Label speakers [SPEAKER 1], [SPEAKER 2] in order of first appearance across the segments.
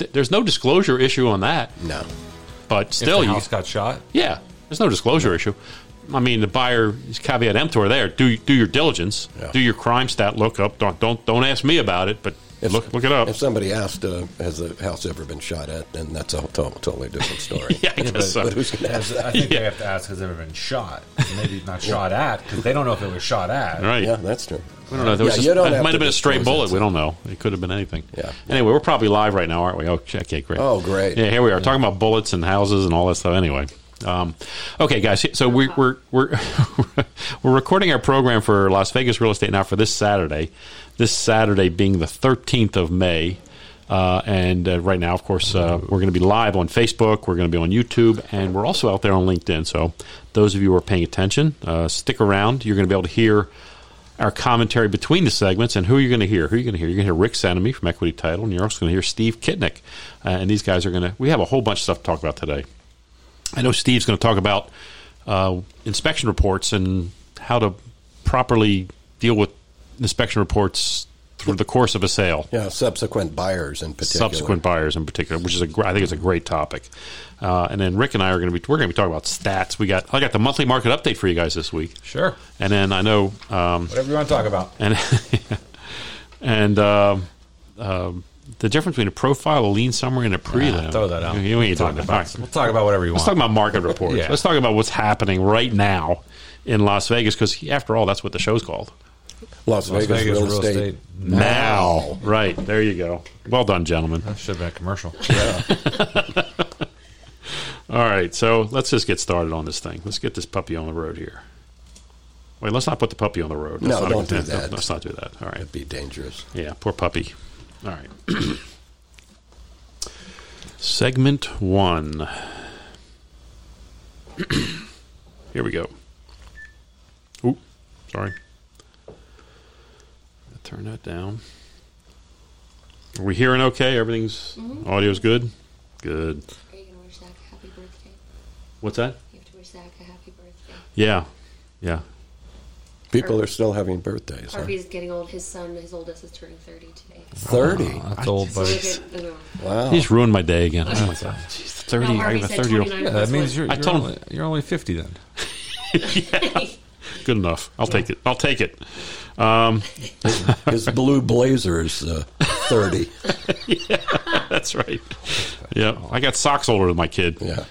[SPEAKER 1] th- there's no disclosure issue on that.
[SPEAKER 2] No.
[SPEAKER 1] But
[SPEAKER 3] If
[SPEAKER 1] still,
[SPEAKER 3] the
[SPEAKER 1] you,
[SPEAKER 3] house got shot.
[SPEAKER 1] yeah, there's no disclosure issue. I mean, the buyer is caveat emptor there. Do do your diligence.
[SPEAKER 2] Yeah.
[SPEAKER 1] Do your crime stat lookup. Don't don't don't ask me about it, but look look it up.
[SPEAKER 2] If somebody asked, uh, "Has the house ever been shot at?" then that's a to- totally different story.
[SPEAKER 1] Yeah, I guess
[SPEAKER 3] but-
[SPEAKER 1] so. uh,
[SPEAKER 2] But who's going to ask
[SPEAKER 4] I
[SPEAKER 2] that?
[SPEAKER 4] think they have to ask has it ever been shot. Maybe not shot at because they don't know if it was shot at.
[SPEAKER 1] right.
[SPEAKER 2] Yeah, that's true.
[SPEAKER 1] We don't know. There was
[SPEAKER 2] Yeah,
[SPEAKER 1] just-
[SPEAKER 2] you don't
[SPEAKER 1] it
[SPEAKER 2] have
[SPEAKER 1] might
[SPEAKER 2] to
[SPEAKER 1] have been a straight bullet.
[SPEAKER 2] disclose it.
[SPEAKER 1] We don't know. It could have been anything.
[SPEAKER 2] Yeah.
[SPEAKER 1] Anyway, we're probably live right now, aren't we? Oh, okay, great.
[SPEAKER 2] Oh, great.
[SPEAKER 1] Yeah, here we are talking about bullets and houses and all that stuff. Anyway, um, okay, guys. So we, we're we're we're recording our program for Las Vegas real estate now for this Saturday. This Saturday being the thirteenth of May. Uh, and uh, right now, of course, uh, we're going to be live on Facebook. We're going to be on YouTube, and we're also out there on LinkedIn. So, those of you who are paying attention, uh, stick around. You're going to be able to hear our commentary between the segments. And who are you going to hear? Who are you going to hear? You're going to hear Rick Sanemy from Equity Title, and you're also going to hear Steve Kitnick. Uh, and these guys are going to, we have a whole bunch of stuff to talk about today. I know Steve's going to talk about uh, inspection reports and how to properly deal with inspection reports through the course of a sale
[SPEAKER 2] Yeah, subsequent buyers in particular.
[SPEAKER 1] subsequent buyers in particular, which is a gr- I think it's a great topic. Uh, and then Rick and I are going to be we're going to be talking about stats. We got I got the monthly market update for you guys this week,
[SPEAKER 3] Sure.
[SPEAKER 1] and then I know um,
[SPEAKER 4] Whatever you want to talk about.
[SPEAKER 1] and and um, um, the difference between a profile, a lean summary, and a prelim.
[SPEAKER 4] Ah,
[SPEAKER 3] throw that out.
[SPEAKER 1] You, you ain't talking
[SPEAKER 3] Talk
[SPEAKER 1] about.
[SPEAKER 3] about- We'll talk about whatever you
[SPEAKER 1] Let's
[SPEAKER 3] want.
[SPEAKER 1] talk about market reports.
[SPEAKER 3] Yeah.
[SPEAKER 1] Let's talk about what's happening right now in Las Vegas, because after all, that's what the show's called.
[SPEAKER 2] Las,
[SPEAKER 3] Las
[SPEAKER 2] Vegas, real, estate.
[SPEAKER 1] Now, right there, you go. Well done, gentlemen.
[SPEAKER 3] That should have been a commercial.
[SPEAKER 1] All right, so let's just get started on this thing. Let's get this puppy on the road here. Wait, let's not put the puppy on the road. Let's
[SPEAKER 2] No,
[SPEAKER 1] not
[SPEAKER 2] don't do
[SPEAKER 1] no,
[SPEAKER 2] that.
[SPEAKER 1] Let's not do that. All right.
[SPEAKER 2] It'd be dangerous.
[SPEAKER 1] Yeah, poor puppy. All right. Segment one. Here we go. Oop, sorry. Turn that down. Are we hearing okay? Everything's
[SPEAKER 5] Mm-hmm.
[SPEAKER 1] audio's good. Good.
[SPEAKER 5] Are you gonna wish Zach a happy birthday?
[SPEAKER 1] What's that?
[SPEAKER 5] You have to wish Zach a happy birthday.
[SPEAKER 1] Yeah, yeah.
[SPEAKER 2] People are still having birthdays. Huh?
[SPEAKER 5] Harvey's getting old. His son, his oldest, is turning 30 today.
[SPEAKER 2] Thirty.
[SPEAKER 3] That's old,
[SPEAKER 5] So
[SPEAKER 3] but
[SPEAKER 5] we're
[SPEAKER 3] it's-
[SPEAKER 5] good- I know.
[SPEAKER 2] Wow.
[SPEAKER 1] He just ruined my day again. Oh my god, Jeez, thirty.
[SPEAKER 5] No,
[SPEAKER 1] I
[SPEAKER 5] Harvey
[SPEAKER 1] have a
[SPEAKER 5] said
[SPEAKER 1] thirty-year-old.
[SPEAKER 5] 29
[SPEAKER 3] yeah, that
[SPEAKER 5] was
[SPEAKER 3] means you're,
[SPEAKER 1] I
[SPEAKER 3] you're
[SPEAKER 1] told him-
[SPEAKER 3] only, you're only 50 then.
[SPEAKER 1] Good enough. I'll take it. I'll take it.
[SPEAKER 2] His blue blazer is uh, thirty.
[SPEAKER 1] That's right. Yeah, I got socks older than my kid.
[SPEAKER 2] Yeah.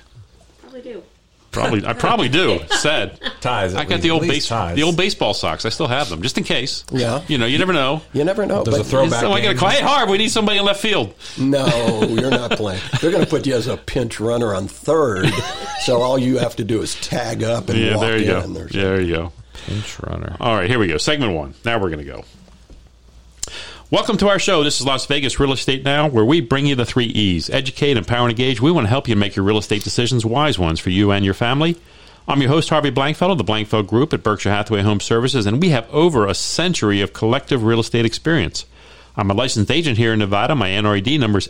[SPEAKER 5] Probably do.
[SPEAKER 1] Probably, I probably do. Sad.
[SPEAKER 3] Ties.
[SPEAKER 1] I got the old base, the old baseball socks. I still have them, just in case.
[SPEAKER 2] Yeah.
[SPEAKER 1] You know, you never know.
[SPEAKER 2] You never know.
[SPEAKER 3] There's a
[SPEAKER 2] but-
[SPEAKER 3] throwback.
[SPEAKER 1] So I got to
[SPEAKER 3] game.
[SPEAKER 1] call. Hey, Harv, we need somebody in left field.
[SPEAKER 2] No, you're not playing. They're going to put you as a pinch runner on third, so all you have to do is tag up and
[SPEAKER 1] Yeah,
[SPEAKER 2] walk
[SPEAKER 1] there you
[SPEAKER 2] in.
[SPEAKER 1] go.
[SPEAKER 2] And there's
[SPEAKER 1] There you go.
[SPEAKER 3] Pinch runner.
[SPEAKER 1] All right, here we go. Segment one. Now we're going to go. Welcome to our show. This is Las Vegas Real Estate Now, where we bring you the three E's educate, empower, and engage. We want to help you make your real estate decisions wise ones for you and your family. I'm your host, Harvey Blankfeld of the Blankfeld Group at Berkshire Hathaway Home Services, and we have over a century of collective real estate experience. I'm a licensed agent here in Nevada. My NRED number is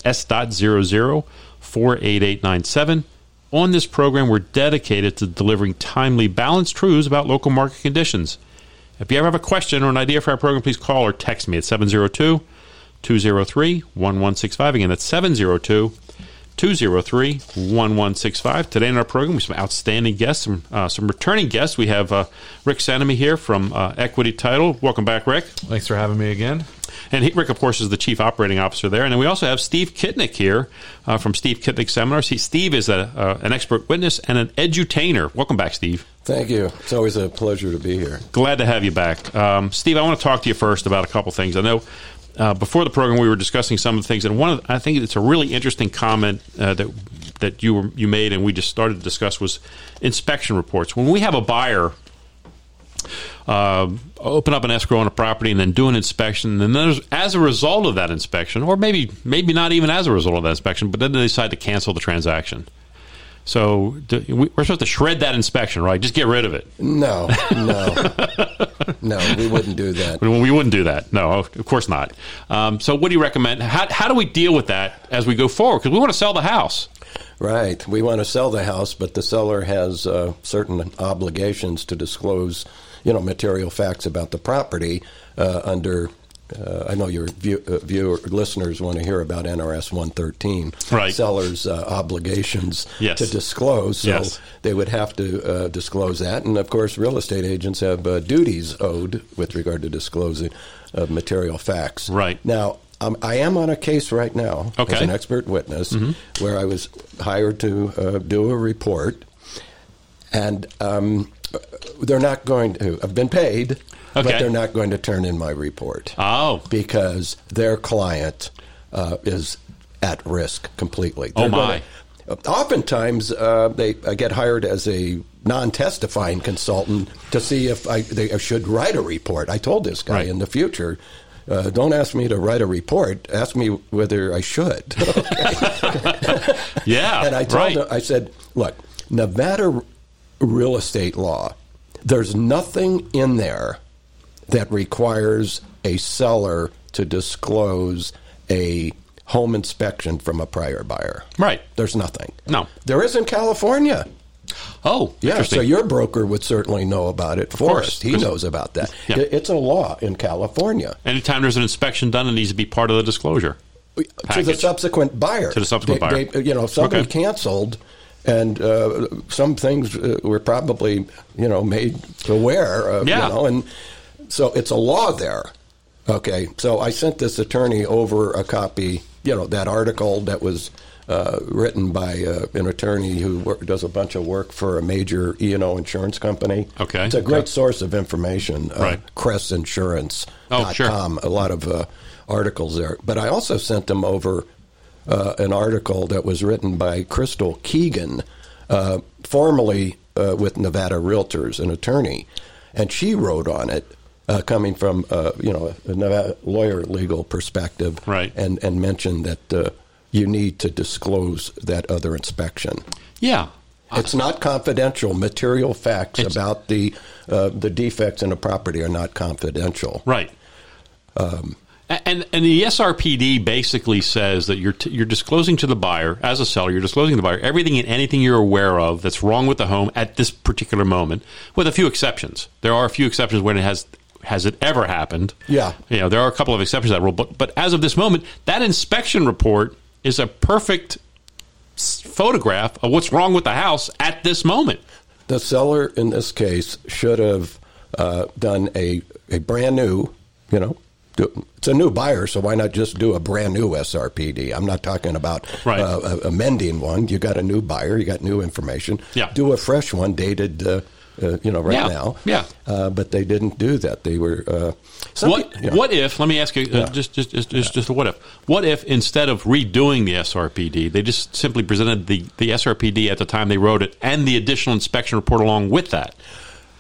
[SPEAKER 1] S.00488897. On this program, we're dedicated to delivering timely, balanced truths about local market conditions. If you ever have a question or an idea for our program, please call or text me at 702 203 1165. Again, that's 702 203 1165. Today in our program, we have some outstanding guests, some, uh, some returning guests. We have uh, Rick Sanemy here from uh, Equity Title. Welcome back, Rick.
[SPEAKER 3] Thanks for having me again.
[SPEAKER 1] And he, Rick, of course, is the chief operating officer there. And then we also have Steve Kitnick here uh, from Steve Kitnick Seminars. He, Steve is a, uh, an expert witness and an edutainer. Welcome back, Steve.
[SPEAKER 2] Thank you. It's always a pleasure to be here.
[SPEAKER 1] Glad to have you back. Um, Steve, I want to talk to you first about a couple things. I know uh, before the program we were discussing some of the things, and one of the, I think it's a really interesting comment uh, that that you were, you made, and we just started to discuss was inspection reports. When we have a buyer um, open up an escrow on a property and then do an inspection. And then, there's, as a result of that inspection, or maybe maybe not even as a result of that inspection, but then they decide to cancel the transaction. So do, we- we're supposed to shred that inspection, right? Just get rid of it.
[SPEAKER 2] No, no, no. We wouldn't do that.
[SPEAKER 1] Well, we wouldn't do that. No, of course not. Um, so, what do you recommend? How, how do we deal with that as we go forward? Because we want to sell the house.
[SPEAKER 2] Right. We want to sell the house, but the seller has uh, certain obligations to disclose, you know, material facts about the property uh, under uh, I know your view, uh, viewer listeners want to hear about NRS 113,
[SPEAKER 1] Right.
[SPEAKER 2] sellers' uh, obligations
[SPEAKER 1] Yes.
[SPEAKER 2] to disclose. So
[SPEAKER 1] Yes.
[SPEAKER 2] they would have to uh, disclose that. And of course, real estate agents have uh, duties owed with regard to disclosing of material facts.
[SPEAKER 1] Right.
[SPEAKER 2] Now, um, I am on a case right now as
[SPEAKER 1] Okay. Mm-hmm.
[SPEAKER 2] an expert witness where I was hired to uh, do a report. And um, they're not going to, I've been paid, but
[SPEAKER 1] Okay.
[SPEAKER 2] they're not going to turn in my report
[SPEAKER 1] Oh,
[SPEAKER 2] because their client uh, is at risk completely.
[SPEAKER 1] Oh,
[SPEAKER 2] They're
[SPEAKER 1] my.
[SPEAKER 2] gonna- oftentimes, uh, they I get hired as a non-testifying consultant to see if I, they, I should write a report. I told this guy
[SPEAKER 1] Right.
[SPEAKER 2] in the future. Uh, don't ask me to write a report. Ask me whether I should.
[SPEAKER 1] yeah.
[SPEAKER 2] And I told
[SPEAKER 1] right.
[SPEAKER 2] him, I said, look, Nevada r- real estate law, there's nothing in there that requires a seller to disclose a home inspection from a prior buyer.
[SPEAKER 1] Right.
[SPEAKER 2] There's nothing.
[SPEAKER 1] No.
[SPEAKER 2] There is in California.
[SPEAKER 1] Oh,
[SPEAKER 2] Yeah,
[SPEAKER 1] interesting.
[SPEAKER 2] so your broker would certainly know about it for
[SPEAKER 1] course,
[SPEAKER 2] us. He
[SPEAKER 1] 'cause-
[SPEAKER 2] knows about that.
[SPEAKER 1] Yeah.
[SPEAKER 2] It- It's a law in California.
[SPEAKER 1] Anytime there's an inspection done, it needs to be part of the disclosure.
[SPEAKER 2] to the
[SPEAKER 1] package.
[SPEAKER 2] subsequent buyer.
[SPEAKER 1] To the subsequent
[SPEAKER 2] They-
[SPEAKER 1] buyer.
[SPEAKER 2] they- you know, somebody
[SPEAKER 1] Okay.
[SPEAKER 2] canceled, and uh, some things uh, were probably you know made aware. Of,
[SPEAKER 1] Yeah.
[SPEAKER 2] You know, and so it's a law there. Okay, so I sent this attorney over a copy, you know, that article that was uh, written by uh, an attorney who work, does a bunch of work for a major E and O insurance company.
[SPEAKER 1] Okay.
[SPEAKER 2] it's a great
[SPEAKER 1] Okay.
[SPEAKER 2] source of information. Uh,
[SPEAKER 1] Right.
[SPEAKER 2] Crestinsurance.com
[SPEAKER 1] Oh, sure.
[SPEAKER 2] um, a lot of uh, articles there. But I also sent them over uh, an article that was written by Crystal Keegan, uh, formerly uh, with Nevada Realtors, an attorney, and she wrote on it. Uh, coming from uh, you know a Nevada lawyer legal perspective,
[SPEAKER 1] Right.
[SPEAKER 2] and and mentioned that uh, you need to disclose that other inspection.
[SPEAKER 1] Yeah.
[SPEAKER 2] It's not confidential. Material facts
[SPEAKER 1] It's-
[SPEAKER 2] about the uh, the defects in a property are not confidential.
[SPEAKER 1] Right. A- and and the SRPD basically says that you're t- you're disclosing to the buyer as a seller, you're disclosing to the buyer everything and anything you're aware of that's wrong with the home at this particular moment, with a few exceptions. There are a few exceptions when it has has it ever happened.
[SPEAKER 2] Yeah.
[SPEAKER 1] You know, there are a couple of exceptions to that rule, but but as of this moment, that inspection report is a perfect s- photograph of what's wrong with the house at this moment.
[SPEAKER 2] The seller in this case should have uh, done a, a brand new, you know, do- it's a new buyer, so why not just do a brand new SRPD? I'm not talking about
[SPEAKER 1] Right.
[SPEAKER 2] uh, amending one. You got a new buyer, you got new information.
[SPEAKER 1] Yeah.
[SPEAKER 2] Do a fresh one dated, uh, uh, you know, right
[SPEAKER 1] Yeah.
[SPEAKER 2] now.
[SPEAKER 1] Yeah.
[SPEAKER 2] Uh, but they didn't do that. They were. Uh, some
[SPEAKER 1] What
[SPEAKER 2] peo- you know,
[SPEAKER 1] what if? Let me ask you uh, just just just just, just a what if? What if instead of redoing the SRPD, they just simply presented the the SRPD at the time they wrote it and the additional inspection report along with that?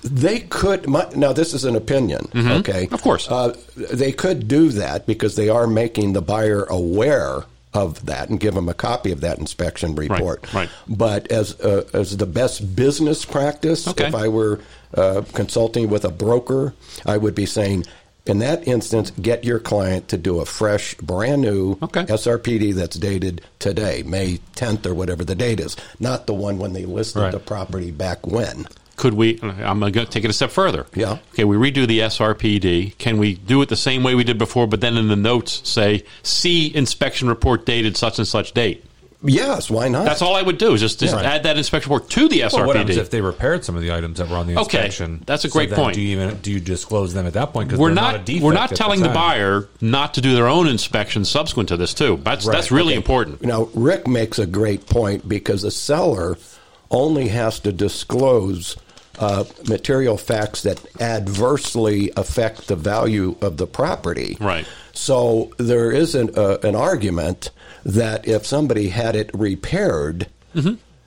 [SPEAKER 2] They could. My, now, this is an opinion. Okay,
[SPEAKER 1] Mm-hmm. Of course.
[SPEAKER 2] uh, they could do that because they are making the buyer aware of that and give them a copy of that inspection report.
[SPEAKER 1] right.
[SPEAKER 2] But as uh, as the best business practice,
[SPEAKER 1] Okay.
[SPEAKER 2] if I were uh, consulting with a broker, I would be saying. In that instance, get your client to do a fresh, brand new
[SPEAKER 1] Okay.
[SPEAKER 2] SRPD that's dated today, May 10th or whatever the date is, not the one when they listed
[SPEAKER 3] Right.
[SPEAKER 2] the property back when.
[SPEAKER 1] Could we? I'm going to take it a step further.
[SPEAKER 2] Yeah.
[SPEAKER 1] Okay, we redo the SRPD. Can we do it the same way we did before, but then in the notes say see inspection report dated such and such date?
[SPEAKER 2] Yes, why not?
[SPEAKER 1] That's all I would do is just, just
[SPEAKER 2] Yeah.
[SPEAKER 1] add that inspection report to the
[SPEAKER 4] Well,
[SPEAKER 1] SRPD.
[SPEAKER 4] what happens
[SPEAKER 1] Well,
[SPEAKER 4] if they repaired some of the items that were on the
[SPEAKER 1] Okay,
[SPEAKER 4] inspection?
[SPEAKER 1] that's a
[SPEAKER 4] So
[SPEAKER 1] great
[SPEAKER 4] then
[SPEAKER 1] point.
[SPEAKER 4] Do you even do you disclose them at that point? 'Cause
[SPEAKER 1] we're
[SPEAKER 4] they're
[SPEAKER 1] not,
[SPEAKER 4] a defect
[SPEAKER 1] we're
[SPEAKER 4] at
[SPEAKER 1] not telling the,
[SPEAKER 4] time?
[SPEAKER 1] buyer not to do their own inspection subsequent to this too. That's
[SPEAKER 4] Right,
[SPEAKER 1] that's really
[SPEAKER 4] okay.
[SPEAKER 1] important.
[SPEAKER 2] Now, Rick makes a great point because the seller only has to disclose uh, material facts that adversely affect the value of the property.
[SPEAKER 1] Right.
[SPEAKER 2] So there is an, uh, an argument that if somebody had it repaired,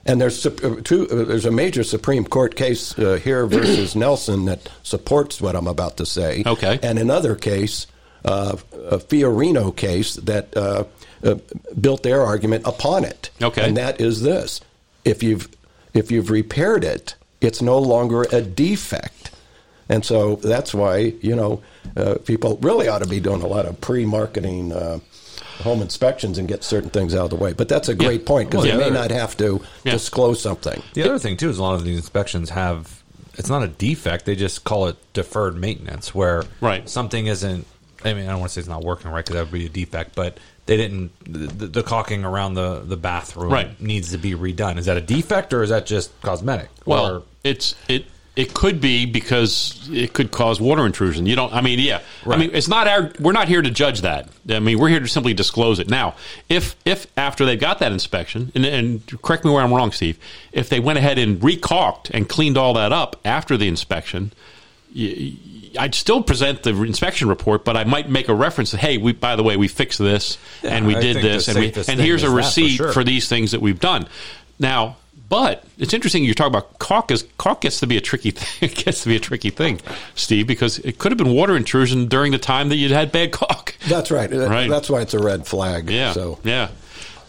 [SPEAKER 2] and there's sup- uh, two, uh, there's a major Supreme Court case uh, here versus Nelson that supports what I'm about to say.
[SPEAKER 1] Okay.
[SPEAKER 2] And another case, uh, a Fiorino case that uh, uh, built their argument upon it.
[SPEAKER 1] Okay.
[SPEAKER 2] And that is this: if you've if you've repaired it, it's no longer a defect. And so that's why you know uh, people really ought to be doing a lot of pre-marketing uh, home inspections and get certain things out of the way. But that's a great point because
[SPEAKER 1] Well,
[SPEAKER 2] they
[SPEAKER 1] yeah.
[SPEAKER 2] may not have to
[SPEAKER 1] Yeah.
[SPEAKER 2] disclose something.
[SPEAKER 4] The other thing too is a lot of these inspections have it's not a defect; they just call it deferred maintenance, where
[SPEAKER 1] Right.
[SPEAKER 4] something isn't
[SPEAKER 3] I mean, I don't want to say it's not working right because that would be a defect, but they didn't. The, the caulking around the, the bathroom
[SPEAKER 1] Right.
[SPEAKER 3] needs to be redone. Is that a defect or is that just cosmetic?
[SPEAKER 1] Well,
[SPEAKER 3] Or-
[SPEAKER 1] it's it it could be because it could cause water intrusion. You don't. I mean, yeah. I
[SPEAKER 3] Right.
[SPEAKER 1] mean, it's not our. We're not here to judge that. I mean, we're here to simply disclose it. Now, if if after they got that inspection, and, and correct me where I'm wrong, Steve, if they went ahead and recaulked and cleaned all that up after the inspection. y- I'd still present the inspection report, but I might make a reference that hey, we by the way we fixed this and we
[SPEAKER 3] I
[SPEAKER 1] did
[SPEAKER 3] think the
[SPEAKER 1] this and we
[SPEAKER 3] safest
[SPEAKER 1] and
[SPEAKER 3] thing
[SPEAKER 1] here's a
[SPEAKER 3] is that for
[SPEAKER 1] receipt
[SPEAKER 3] sure.
[SPEAKER 1] for these things that we've done. Now, but it's interesting you talk about caucus. Caulk gets to be a tricky thing. It gets to be a tricky thing, Steve, because it could have been water intrusion during the time that you had bad caulk.
[SPEAKER 2] That's right. That-
[SPEAKER 1] Right.
[SPEAKER 2] That's why it's a red flag.
[SPEAKER 1] Yeah,
[SPEAKER 2] So
[SPEAKER 1] yeah.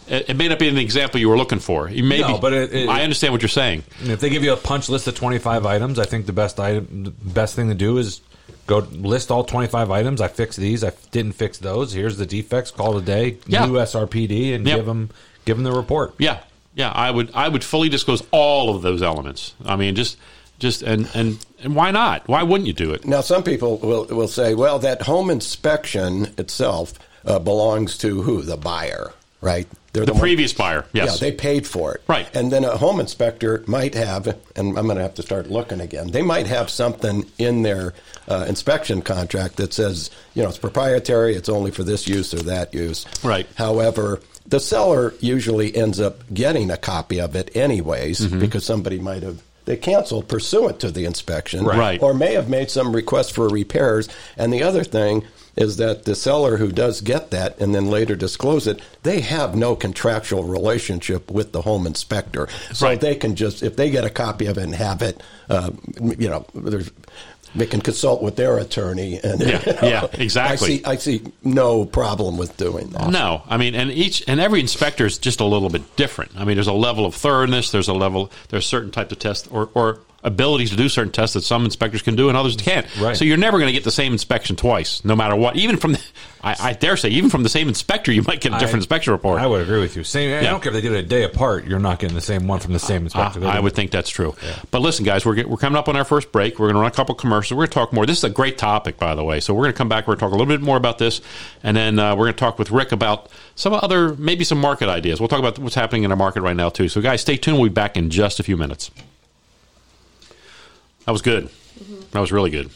[SPEAKER 1] It, it may not be an example you were looking for. You may
[SPEAKER 3] No,
[SPEAKER 1] be-
[SPEAKER 3] but it- it-
[SPEAKER 1] I understand what you're saying.
[SPEAKER 3] And if they give you a punch list of 25 items, I think the best item, the best thing to do is go list all 25 items. I fixed these. I didn't fix those. Here's the defects. Call it a day.
[SPEAKER 1] Yeah.
[SPEAKER 3] New SRPD and
[SPEAKER 1] Yep.
[SPEAKER 3] give them give them the report.
[SPEAKER 1] Yeah, yeah. I would I would fully disclose all of those elements. I mean, just just and and and why not? Why wouldn't you do it?
[SPEAKER 2] now some people will will say, well, that home inspection itself uh, belongs to who? The buyer, right? They're
[SPEAKER 1] The
[SPEAKER 2] one-
[SPEAKER 1] previous buyer, yes.
[SPEAKER 2] Yeah, they paid for it.
[SPEAKER 1] Right.
[SPEAKER 2] And then a home inspector might have, and I'm going to have to start looking again, they might have something in their uh, inspection contract that says, you know, it's proprietary, it's only for this use or that use.
[SPEAKER 1] Right.
[SPEAKER 2] However, the seller usually ends up getting a copy of it anyways
[SPEAKER 1] Mm-hmm.
[SPEAKER 2] because somebody might have. They canceled pursuant to the inspection,
[SPEAKER 1] Right.
[SPEAKER 2] Or may have made some request for repairs. And the other thing is that the seller who does get that and then later disclose it, they have no contractual relationship with the home inspector, so
[SPEAKER 1] Right.
[SPEAKER 2] they can just if they get a copy of it and have it, uh, you know, there's. They can consult with their attorney, and
[SPEAKER 1] Yeah, yeah, exactly.
[SPEAKER 2] I see, I see no problem with doing that.
[SPEAKER 1] No, I mean, and each and every inspector is just a little bit different. I mean, there's a level of thoroughness. There's a level. There's certain types of tests or or abilities to do certain tests that some inspectors can do and others can't.
[SPEAKER 3] Right.
[SPEAKER 1] So you're never going to get the same inspection twice, no matter what. Even from, the, I, I dare say, even from the same inspector, you might get a different
[SPEAKER 3] I-
[SPEAKER 1] inspection report.
[SPEAKER 3] I would agree with you. Same. I don't care if they did it a day apart. You're not getting the same one from the same inspector.
[SPEAKER 1] Ah, I would think that's true. But listen, guys, we're, get, we're coming up on our first break. We're going to run a couple commercials. We're going to talk more. This is a great topic, by the way. So we're going to come back. We're going to talk a little bit more about this. And then uh, we're going to talk with Rick about some other, maybe some market ideas. We'll talk about what's happening in our market right now, too. So, guys, stay tuned. We'll be back in just a few minutes. That was good. That was really good.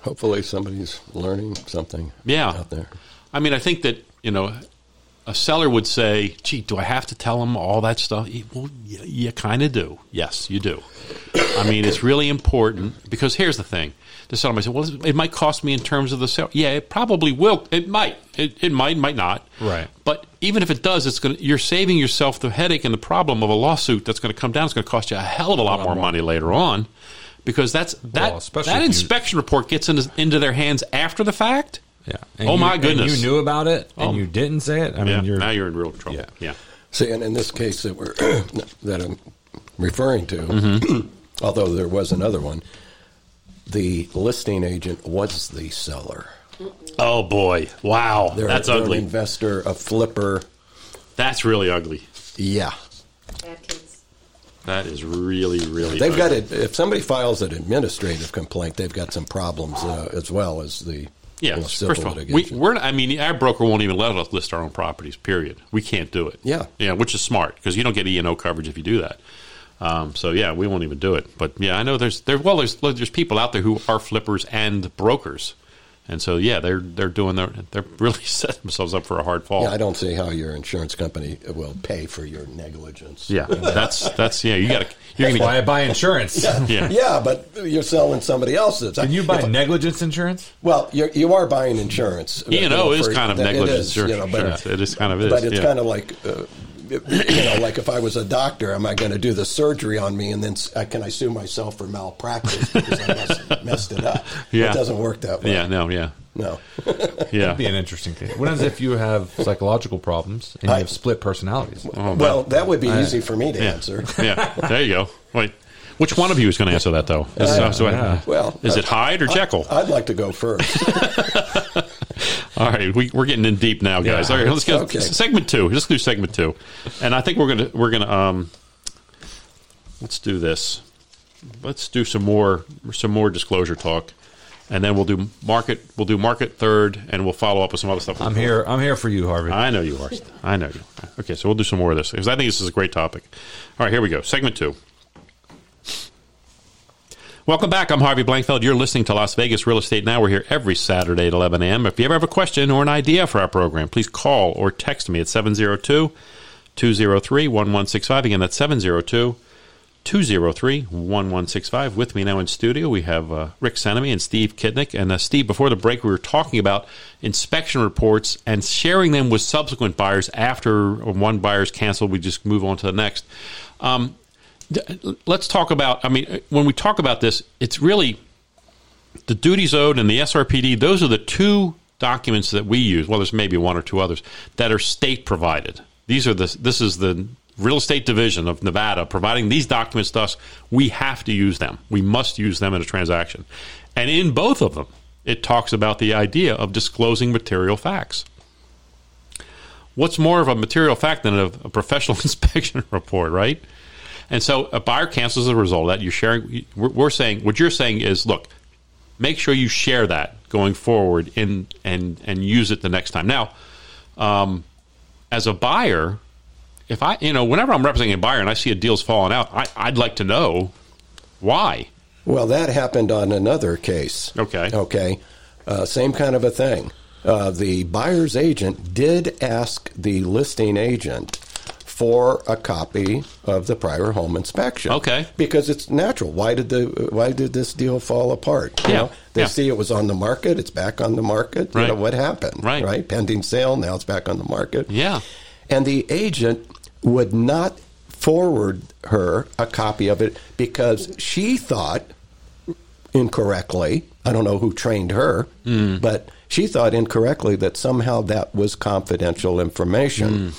[SPEAKER 2] Hopefully, somebody's learning something.
[SPEAKER 1] Yeah.
[SPEAKER 2] out there.
[SPEAKER 1] I mean, I think that you know, a seller would say, "Gee, do I have to tell them all that stuff?" Y- Well, you, you kind of do. Yes, you do. I mean, it's really important because here's the thing: the seller might say, "Well, it might cost me in terms of the sale." Yeah, it probably will. It might. It, it might. Might not.
[SPEAKER 3] Right.
[SPEAKER 1] But even if it does, it's going. to You're saving yourself the headache and the problem of a lawsuit that's going to come down. It's going to cost you a hell of a lot, more, money later on. Because that's that
[SPEAKER 3] Well, especially
[SPEAKER 1] that
[SPEAKER 3] if you-
[SPEAKER 1] inspection report gets into, into their hands after the fact.
[SPEAKER 3] Yeah.
[SPEAKER 1] oh
[SPEAKER 3] you-
[SPEAKER 1] my
[SPEAKER 3] and
[SPEAKER 1] goodness!
[SPEAKER 3] you knew about it and
[SPEAKER 1] Oh.
[SPEAKER 3] you didn't say it. I mean,
[SPEAKER 1] Yeah,
[SPEAKER 3] you're,
[SPEAKER 1] now you're in real trouble.
[SPEAKER 3] Yeah.
[SPEAKER 1] Yeah.
[SPEAKER 2] See, and in this case that we're that I'm referring to,
[SPEAKER 1] Mm-hmm.
[SPEAKER 2] although there was another one, the listing agent was the seller.
[SPEAKER 1] Oh boy! Wow,
[SPEAKER 2] They're,
[SPEAKER 1] that's
[SPEAKER 2] they're
[SPEAKER 1] ugly.
[SPEAKER 2] An investor, a flipper.
[SPEAKER 1] That's really ugly.
[SPEAKER 2] Yeah,
[SPEAKER 5] Adkins.
[SPEAKER 1] That is really, really.
[SPEAKER 2] they've
[SPEAKER 1] ugly.
[SPEAKER 2] got it. If somebody files an administrative complaint, they've got some problems uh, as well as the
[SPEAKER 1] Yeah.
[SPEAKER 2] you know, civil
[SPEAKER 1] First of all, we,
[SPEAKER 2] litigation.
[SPEAKER 1] we're. not- I mean, our broker won't even let us list our own properties. Period. We can't do it.
[SPEAKER 2] Yeah.
[SPEAKER 1] Yeah, which is smart because you don't get E and O coverage if you do that. Um, so yeah, we won't even do it. But yeah, I know there's there. Well, there's there's people out there who are flippers and brokers, and so yeah, they're they're doing their they're really setting themselves up for a hard fall.
[SPEAKER 2] yeah, I don't see how your insurance company will pay for your negligence.
[SPEAKER 1] Yeah, that's that's yeah. You got to you're
[SPEAKER 3] that's
[SPEAKER 1] gonna
[SPEAKER 3] why I buy insurance.
[SPEAKER 1] Yeah.
[SPEAKER 2] yeah, but you're selling somebody else's.
[SPEAKER 3] Can you buy
[SPEAKER 2] If-
[SPEAKER 3] negligence insurance?
[SPEAKER 2] Well, you're, you are buying insurance.
[SPEAKER 1] E and O
[SPEAKER 2] You know,
[SPEAKER 1] is
[SPEAKER 2] for-
[SPEAKER 1] kind of
[SPEAKER 2] that- it
[SPEAKER 1] negligence
[SPEAKER 2] is, you know, but,
[SPEAKER 1] insurance. It is kind of it
[SPEAKER 2] but
[SPEAKER 1] is,
[SPEAKER 2] it's
[SPEAKER 1] yeah.
[SPEAKER 2] kind of like, uh, you know, like if I was a doctor, am I going to do the surgery on me and then s- uh, can I sue myself for malpractice because I mess, messed it up?
[SPEAKER 1] Yeah.
[SPEAKER 2] It doesn't work that way.
[SPEAKER 1] yeah, no, yeah,
[SPEAKER 2] No.
[SPEAKER 1] yeah.
[SPEAKER 3] Be an interesting case. What happens if you have psychological problems and you
[SPEAKER 2] I-
[SPEAKER 3] have split personalities?
[SPEAKER 1] Oh,
[SPEAKER 2] well, that would be easy for me to answer.
[SPEAKER 1] yeah, there you go. Wait, which one of you is going to answer that though? Is, oh,
[SPEAKER 2] Uh,
[SPEAKER 1] so I-
[SPEAKER 3] yeah.
[SPEAKER 2] Well, uh,
[SPEAKER 1] is
[SPEAKER 2] I-
[SPEAKER 1] it Hyde or Jekyll?
[SPEAKER 2] I'd like to go first.
[SPEAKER 1] All right, we, we're getting in deep now, guys.
[SPEAKER 3] Yeah.
[SPEAKER 1] All right, let's go
[SPEAKER 2] Okay.
[SPEAKER 1] segment two. Let's do segment two, and I think we're gonna we're gonna um, let's do this. Let's do some more some more disclosure talk, and then we'll do market. We'll do market third, and we'll follow up with some other stuff.
[SPEAKER 3] I'm here. I'm here for you, Harvey.
[SPEAKER 1] I know you are. I know you. Are. Okay, so we'll do some more of this because I think this is a great topic. All right, here we go. Segment two. Welcome back. I'm Harvey Blankfeld. You're listening to Las Vegas Real Estate Now. We're here every Saturday at 11 a.m. If you ever have a question or an idea for our program, please call or text me at 702 203 1165. Again, that's 702 203 1165. With me now in studio, we have uh, Rick Senemy and Steve Kidnick. And uh, Steve, before the break, we were talking about inspection reports and sharing them with subsequent buyers after one buyer's canceled. We just move on to the next. Um, d- let's talk about, I mean, uh, when we talk about this, it's really the duties owed and the SRPD, those are the two documents that we use. Well, there's maybe one or two others that are state provided. These are the this is the real estate division of Nevada providing these documents to us. We have to use them. We must use them in a transaction. And in both of them, it talks about the idea of disclosing material facts. What's more of a material fact than a, a professional inspection report, right? And so a buyer cancels as a result of that. You're sharing. We're, we're saying what you're saying is, look, make sure you share that going forward and and and use it the next time. Now, um, as a buyer, if I you know whenever I'm representing a buyer and I see a deal's falling out, I, I'd like to know why.
[SPEAKER 2] Well, that happened on another case.
[SPEAKER 1] Okay.
[SPEAKER 2] Okay. Uh, same kind of a thing. Uh, the buyer's agent did ask the listing agent for a copy of the prior home inspection.
[SPEAKER 1] Okay.
[SPEAKER 2] Because it's natural. Why did the Why did this deal fall apart?
[SPEAKER 1] Yeah.
[SPEAKER 2] they
[SPEAKER 1] Yeah.
[SPEAKER 2] see it was on the market. It's back on the market. You
[SPEAKER 1] Right.
[SPEAKER 2] know, what happened?
[SPEAKER 1] Right.
[SPEAKER 2] Right. Pending sale. Now it's back on the market.
[SPEAKER 1] Yeah.
[SPEAKER 2] And the agent would not forward her a copy of it because she thought incorrectly, I don't know who trained her,
[SPEAKER 1] Hmm.
[SPEAKER 2] but she thought incorrectly that somehow that was confidential information.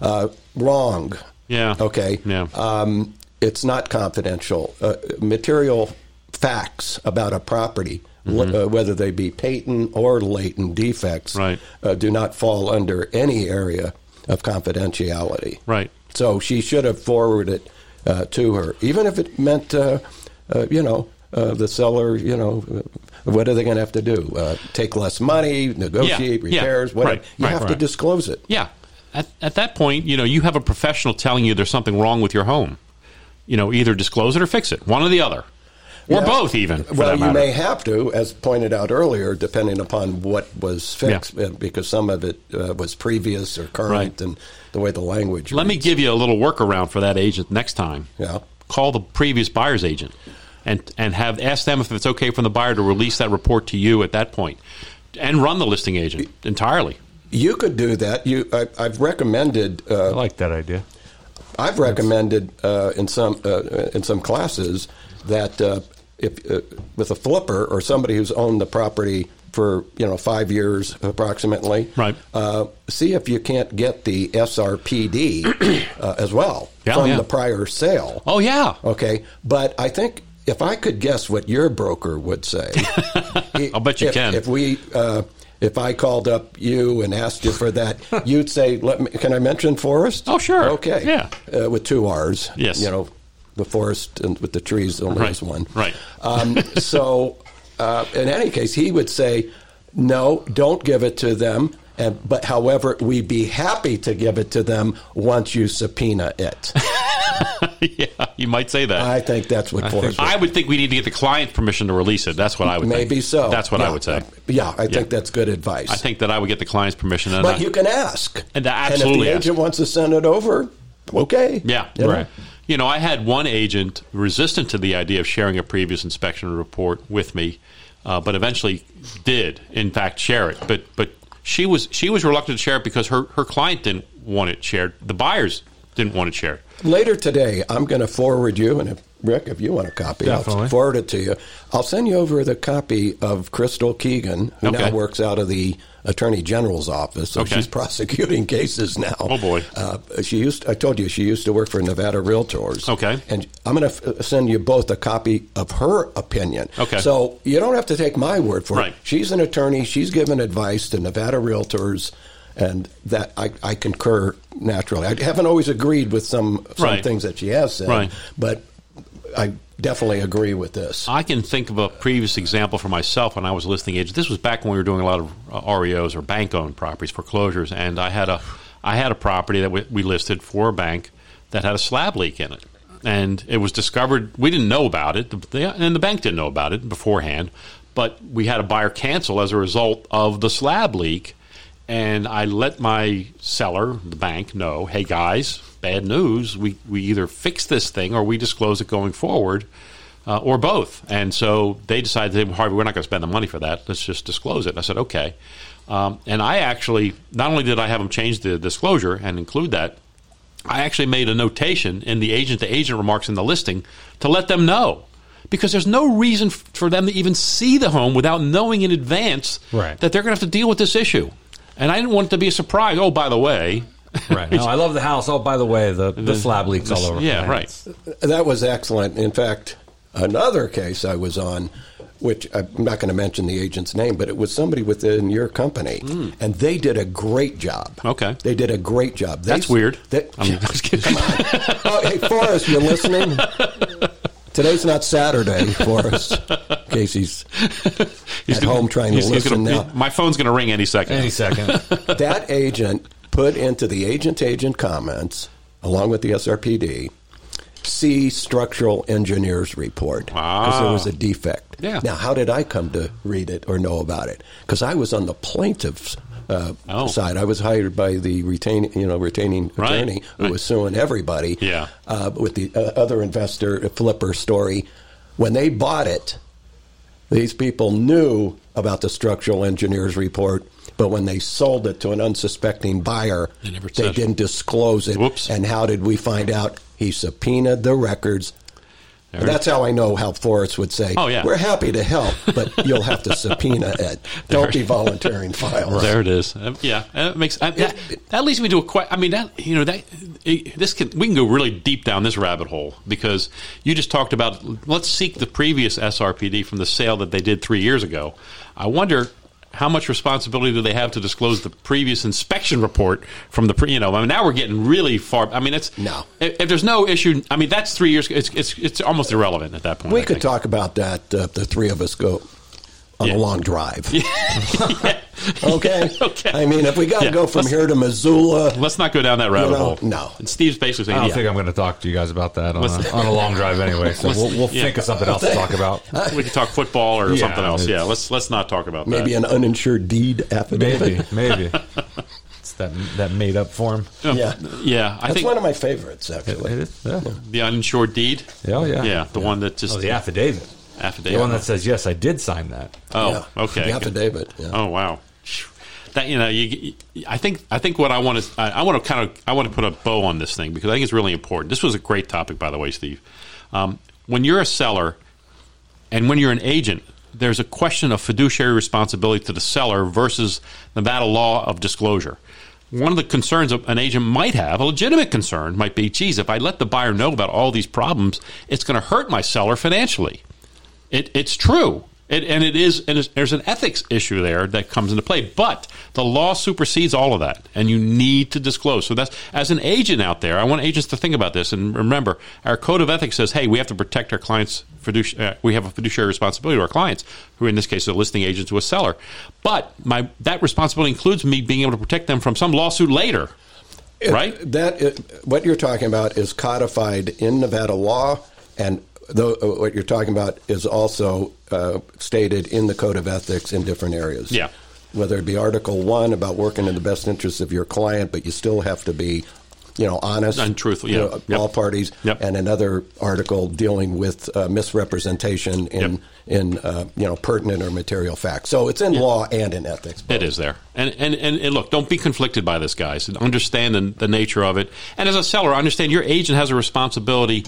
[SPEAKER 2] Uh, wrong.
[SPEAKER 1] Hmm. Yeah.
[SPEAKER 2] Okay.
[SPEAKER 1] Yeah.
[SPEAKER 2] Um, it's not confidential. Uh, material facts about a property,
[SPEAKER 1] Mm-hmm.
[SPEAKER 2] le- uh, whether they be patent or latent defects,
[SPEAKER 1] Right.
[SPEAKER 2] uh, do not fall under any area of confidentiality.
[SPEAKER 1] Right.
[SPEAKER 2] So she should have forwarded it uh, to her, even if it meant, uh, uh, you know, uh, the seller, you know, uh, what are they going to have to do? Uh, take less money, negotiate
[SPEAKER 1] Yeah, yeah,
[SPEAKER 2] repairs, whatever.
[SPEAKER 1] right,
[SPEAKER 2] You
[SPEAKER 1] right,
[SPEAKER 2] have to
[SPEAKER 1] right.
[SPEAKER 2] disclose it.
[SPEAKER 1] Yeah. At, at that point, you know, you have a professional telling you there's something wrong with your home. You know, either disclose it or fix it, one or the other, or
[SPEAKER 2] Yeah.
[SPEAKER 1] both, even. for
[SPEAKER 2] Well,
[SPEAKER 1] that
[SPEAKER 2] you
[SPEAKER 1] matter.
[SPEAKER 2] may have to, as pointed out earlier, depending upon what was fixed, uh, because some of it uh, was previous or current,
[SPEAKER 1] Right.
[SPEAKER 2] and the way the language.
[SPEAKER 1] Let me
[SPEAKER 2] reads.
[SPEAKER 1] give you a little workaround for that agent next time.
[SPEAKER 2] Yeah.
[SPEAKER 1] Call the previous buyer's agent and and have ask them if it's okay from the buyer to release that report to you at that point and run the listing agent entirely.
[SPEAKER 2] You could do that. You, I, I've recommended. Uh,
[SPEAKER 3] I like that idea.
[SPEAKER 2] I've recommended uh, in some uh, in some classes that uh, if uh, with a flipper or somebody who's owned the property for you know five years approximately,
[SPEAKER 1] Right.
[SPEAKER 2] Uh, see if you can't get the SRPD uh, as well
[SPEAKER 1] Yeah,
[SPEAKER 2] from
[SPEAKER 1] yeah.
[SPEAKER 2] the prior sale.
[SPEAKER 1] Oh yeah.
[SPEAKER 2] Okay, but I think if I could guess what your broker would say,
[SPEAKER 1] I'll bet you
[SPEAKER 2] if,
[SPEAKER 1] can.
[SPEAKER 2] If we, uh, if I called up you and asked you for that, you'd say, "Let me, can I mention Forest?"
[SPEAKER 1] Oh, sure.
[SPEAKER 2] Okay,
[SPEAKER 1] Yeah.
[SPEAKER 2] uh, with two R's.
[SPEAKER 1] Yes.
[SPEAKER 2] you know, the forest and with the trees only
[SPEAKER 1] Right.
[SPEAKER 2] has one.
[SPEAKER 1] Right.
[SPEAKER 2] Um, so, uh, in any case, he would say, "No, don't give it to them." And, but however, we'd be happy to give it to them once you subpoena it.
[SPEAKER 1] yeah, you might say that. I,
[SPEAKER 2] I think that's what Forrest. would
[SPEAKER 1] would think we need to get the client's permission to release it. That's what I would think.
[SPEAKER 2] Maybe so.
[SPEAKER 1] That's what I
[SPEAKER 2] Yeah.
[SPEAKER 1] would say.
[SPEAKER 2] Yeah, I think that's good advice.
[SPEAKER 1] I think that I would get the client's permission and
[SPEAKER 2] but
[SPEAKER 1] I-
[SPEAKER 2] you can ask.
[SPEAKER 1] And I absolutely
[SPEAKER 2] if the
[SPEAKER 1] ask.
[SPEAKER 2] agent wants to send it over, okay.
[SPEAKER 1] Yeah,
[SPEAKER 2] You know?
[SPEAKER 1] right. You know, I had one agent resistant to the idea of sharing a previous inspection report with me, uh, but eventually did, in fact, share it. But but she was she was reluctant to share it because her her client didn't want it shared. The buyers didn't want it shared.
[SPEAKER 2] Later today, I'm going to forward you, and if, Rick, if you want a copy, I'll
[SPEAKER 3] Definitely.
[SPEAKER 2] forward it to you. I'll send you over the copy of Crystal Keegan, who now
[SPEAKER 1] Okay.
[SPEAKER 2] works out of the Attorney General's office. So
[SPEAKER 1] Okay.
[SPEAKER 2] she's prosecuting cases now.
[SPEAKER 1] Oh, boy.
[SPEAKER 2] Uh, she used. I told you she used to work for Nevada Realtors.
[SPEAKER 1] Okay.
[SPEAKER 2] And I'm going to f- send you both a copy of her opinion.
[SPEAKER 1] Okay.
[SPEAKER 2] So Oh, you don't have to take my word for
[SPEAKER 1] Right.
[SPEAKER 2] it. She's an attorney. She's given advice to Nevada Realtors. And that I, I concur naturally. I haven't always agreed with some some
[SPEAKER 1] Right.
[SPEAKER 2] things that she has said,
[SPEAKER 1] Right.
[SPEAKER 2] but I definitely agree with this.
[SPEAKER 1] I can think of a previous example for myself when I was a listing agent. This was back when we were doing a lot of uh, REOs or bank-owned properties, foreclosures, and I had a I had a property that we, we listed for a bank that had a slab leak in it, and it was discovered. We didn't know about it, the- the- and the bank didn't know about it beforehand, but we had a buyer cancel as a result of the slab leak. And I let my seller, the bank, know, hey guys, bad news. We, we either fix this thing or we disclose it going forward uh, or both. And so they decided, they, Harvey, we're not going to spend the money for that. Let's just disclose it. And I said, okay. Um, and I actually, not only did I have them change the disclosure and include that, I actually made a notation in the agent to agent remarks in the listing to let them know. Because there's no reason f- for them to even see the home without knowing in advance
[SPEAKER 3] Right.
[SPEAKER 1] that they're going to have to deal with this issue. And I didn't want it to be a surprise. Oh, by the way.
[SPEAKER 3] Right. No, I love the house. Oh, by the way, the, the, slab leaks all over.
[SPEAKER 1] Yeah,
[SPEAKER 3] my
[SPEAKER 1] right.
[SPEAKER 3] hands.
[SPEAKER 2] That was excellent. In fact, another case I was on, which I'm not going to mention the agent's name, but it was somebody within your company, and they did a great job.
[SPEAKER 1] Hmm. Okay.
[SPEAKER 2] they did a great job. They-
[SPEAKER 1] That's weird.
[SPEAKER 2] They,
[SPEAKER 1] I'm just kidding.
[SPEAKER 2] Come on. oh, hey, Forrest, you listening? Today's not Saturday, Forrest. Casey's at home trying to
[SPEAKER 1] He's- he's
[SPEAKER 2] listen
[SPEAKER 1] gonna-
[SPEAKER 2] now.
[SPEAKER 1] my phone's going to ring any second.
[SPEAKER 3] Any second.
[SPEAKER 2] that agent put into the agent to agent comments, along with the SRPD, see structural engineer's report because there was a defect.
[SPEAKER 1] Yeah.
[SPEAKER 2] Now, how did I come to read it or know about it? Because I was on the plaintiff's uh,
[SPEAKER 1] Oh.
[SPEAKER 2] side. I was hired by the retain, you know, retaining
[SPEAKER 1] Right,
[SPEAKER 2] attorney who
[SPEAKER 1] right.
[SPEAKER 2] was suing everybody.
[SPEAKER 1] Yeah.
[SPEAKER 2] Uh, with the uh, other investor, uh, Flipper story, when they bought it, these people knew about the structural engineer's report, but when they sold it to an unsuspecting buyer, they,
[SPEAKER 1] never said it.
[SPEAKER 2] didn't disclose it.
[SPEAKER 1] Whoops.
[SPEAKER 2] And how did we find out? He subpoenaed the records.
[SPEAKER 1] There.
[SPEAKER 2] That's how I know how Forrest would say,
[SPEAKER 1] Oh, yeah.
[SPEAKER 2] We're happy to help, but you'll have to subpoena it. Don't be volunteering files.
[SPEAKER 1] There it is. Um, yeah, and it makes. I, that, that leads me to a question. I mean, that you know that it- this can we can go really deep down this rabbit hole because you just talked about let's seek the previous SRPD from the sale that they did three years ago. I wonder how much responsibility do they have to disclose the previous inspection report from the pre? You know, I mean, now we're getting really far. I mean, it's
[SPEAKER 2] No.
[SPEAKER 1] If, if there's no issue, I mean, that's three years. It's it's it's almost irrelevant at that point.
[SPEAKER 2] We
[SPEAKER 1] I
[SPEAKER 2] could
[SPEAKER 1] think.
[SPEAKER 2] talk about that uh, if the three of us go on
[SPEAKER 1] Yeah.
[SPEAKER 2] a long drive. okay?
[SPEAKER 1] Okay.
[SPEAKER 2] I mean, if we got to
[SPEAKER 1] Yeah.
[SPEAKER 2] go from
[SPEAKER 1] Let's-
[SPEAKER 2] here to Missoula,
[SPEAKER 1] Let's not go down that rabbit
[SPEAKER 2] You know,
[SPEAKER 1] hole.
[SPEAKER 2] no.
[SPEAKER 1] And Steve's basically saying,
[SPEAKER 3] I don't
[SPEAKER 1] yeah,
[SPEAKER 3] think I'm going to talk to you guys about that on,
[SPEAKER 1] Let's-
[SPEAKER 3] a, on a long drive anyway. So we'll, we'll
[SPEAKER 1] yeah.
[SPEAKER 3] think of something else to talk about.
[SPEAKER 1] we can talk football or
[SPEAKER 3] Uh, Yeah,
[SPEAKER 1] something else. Yeah,
[SPEAKER 3] it's-
[SPEAKER 1] let's let's not talk about
[SPEAKER 2] maybe
[SPEAKER 1] that.
[SPEAKER 2] an uninsured deed affidavit.
[SPEAKER 3] Maybe, maybe. It's that that made up form.
[SPEAKER 2] Yeah.
[SPEAKER 1] yeah, I
[SPEAKER 2] That's
[SPEAKER 1] think
[SPEAKER 2] one of my favorites, actually.
[SPEAKER 3] Yeah.
[SPEAKER 1] the uninsured deed.
[SPEAKER 3] Oh, yeah.
[SPEAKER 1] yeah, the one that just
[SPEAKER 3] Oh, the affidavit.
[SPEAKER 1] affidavit.
[SPEAKER 3] The one that says, yes, I did sign that.
[SPEAKER 1] oh,
[SPEAKER 2] Yeah.
[SPEAKER 1] okay,
[SPEAKER 2] The affidavit. Yeah.
[SPEAKER 1] Oh wow, that you know, you, I think I think what I want to I, I want to kind of I want to put a bow on this thing because I think it's really important. This was a great topic, by the way, Steve. Um, when you're a seller and when you're an agent, there's a question of fiduciary responsibility to the seller versus Nevada law of disclosure. One of the concerns of- an agent might have, a legitimate concern, might be, geez, if I let the buyer know about all these problems, it's going to hurt my seller financially. It, it's true. It, and it is, and it's, there's an ethics issue there that comes into play. But the law supersedes all of that, and you need to disclose. So that's as an agent out there, I want agents to think about this and remember, our code of ethics says, hey, we have to protect our clients. Fiduci- uh, we have a fiduciary responsibility to our clients, who in this case are listing agent to a seller. But my that responsibility includes me being able to protect them from some lawsuit later, right?
[SPEAKER 2] That is, what you're talking about is codified in Nevada law, and tho- what you're talking about is also uh, stated in the Code of Ethics in different areas.
[SPEAKER 1] Yeah.
[SPEAKER 2] Whether it be Article One about working in the best interest of your client, but you still have to be, you know, honest
[SPEAKER 1] And truthful,
[SPEAKER 2] you
[SPEAKER 1] yeah.
[SPEAKER 2] know,
[SPEAKER 1] Yep.
[SPEAKER 2] all parties,
[SPEAKER 1] Yep.
[SPEAKER 2] and another article dealing with uh, misrepresentation in
[SPEAKER 1] Yep.
[SPEAKER 2] in uh, you know pertinent or material facts. So it's in law and in ethics.
[SPEAKER 1] It is there, and and, and and look, don't be conflicted by this, guys. Understand the, the nature of it, and as a seller, understand your agent has a responsibility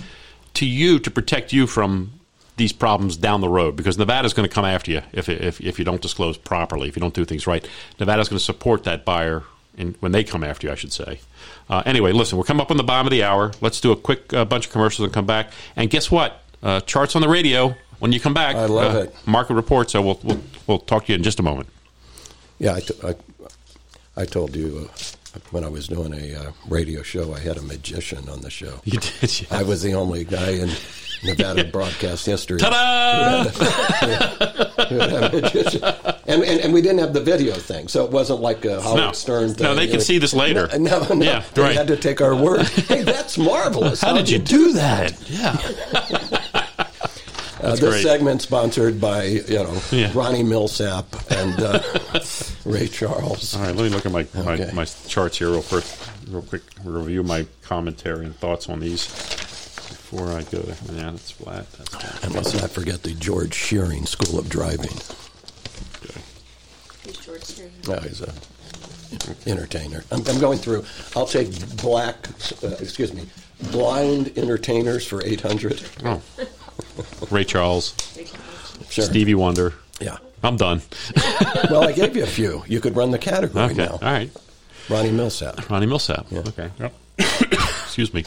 [SPEAKER 1] to you to protect you from these problems down the road because Nevada's going to come after you if, if if you don't disclose properly, if you don't do things right. Nevada's going to support that buyer in, when they come after you, I should say. Uh, anyway, listen, we're coming up on the bottom of the hour. Let's do a quick uh, bunch of commercials and come back. And guess what? Uh, charts on the radio. When you come back,
[SPEAKER 2] I love
[SPEAKER 1] uh,
[SPEAKER 2] it.
[SPEAKER 1] Market report. So we'll, we'll we'll talk to you in just a moment.
[SPEAKER 2] Yeah, I, t- I, I told you uh, when I was doing a uh, radio show, I had a magician on the show.
[SPEAKER 1] You did. Yeah.
[SPEAKER 2] I was the only guy in Nevada broadcast history.
[SPEAKER 1] Ta-da!
[SPEAKER 2] and, and and we didn't have the video thing, so it wasn't like a Howard
[SPEAKER 1] No.
[SPEAKER 2] Stern thing.
[SPEAKER 1] No, they can see this later.
[SPEAKER 2] No, no, no.
[SPEAKER 1] Yeah,
[SPEAKER 2] they
[SPEAKER 1] right.
[SPEAKER 2] had to take our word. Hey, that's marvelous.
[SPEAKER 1] How did you do that? Yeah.
[SPEAKER 2] Uh, this
[SPEAKER 1] great.
[SPEAKER 2] segment sponsored by you know
[SPEAKER 1] Yeah.
[SPEAKER 2] Ronnie Millsap and uh, Ray Charles.
[SPEAKER 1] All right, let me look at my,
[SPEAKER 2] Okay.
[SPEAKER 1] my, my charts here real first, real quick. Review my commentary and thoughts on these before I go. there. Yeah, that's flat. That's flat.
[SPEAKER 2] And let's not forget the George Shearing School of Driving.
[SPEAKER 1] Okay.
[SPEAKER 5] Who's George Stern?
[SPEAKER 2] No, Oh, he's a entertainer. I'm, I'm going through. I'll take black. Uh, excuse me, blind entertainers for eight hundred.
[SPEAKER 1] Oh, Ray Charles,
[SPEAKER 5] Big Charles.
[SPEAKER 2] Sure.
[SPEAKER 1] Stevie Wonder.
[SPEAKER 2] Yeah.
[SPEAKER 1] I'm done.
[SPEAKER 2] Well, I gave you a few. You could run the category
[SPEAKER 1] Okay.
[SPEAKER 2] now.
[SPEAKER 1] All right.
[SPEAKER 2] Ronnie Millsap.
[SPEAKER 1] Ronnie Millsap.
[SPEAKER 2] Yeah.
[SPEAKER 1] Okay. Excuse me.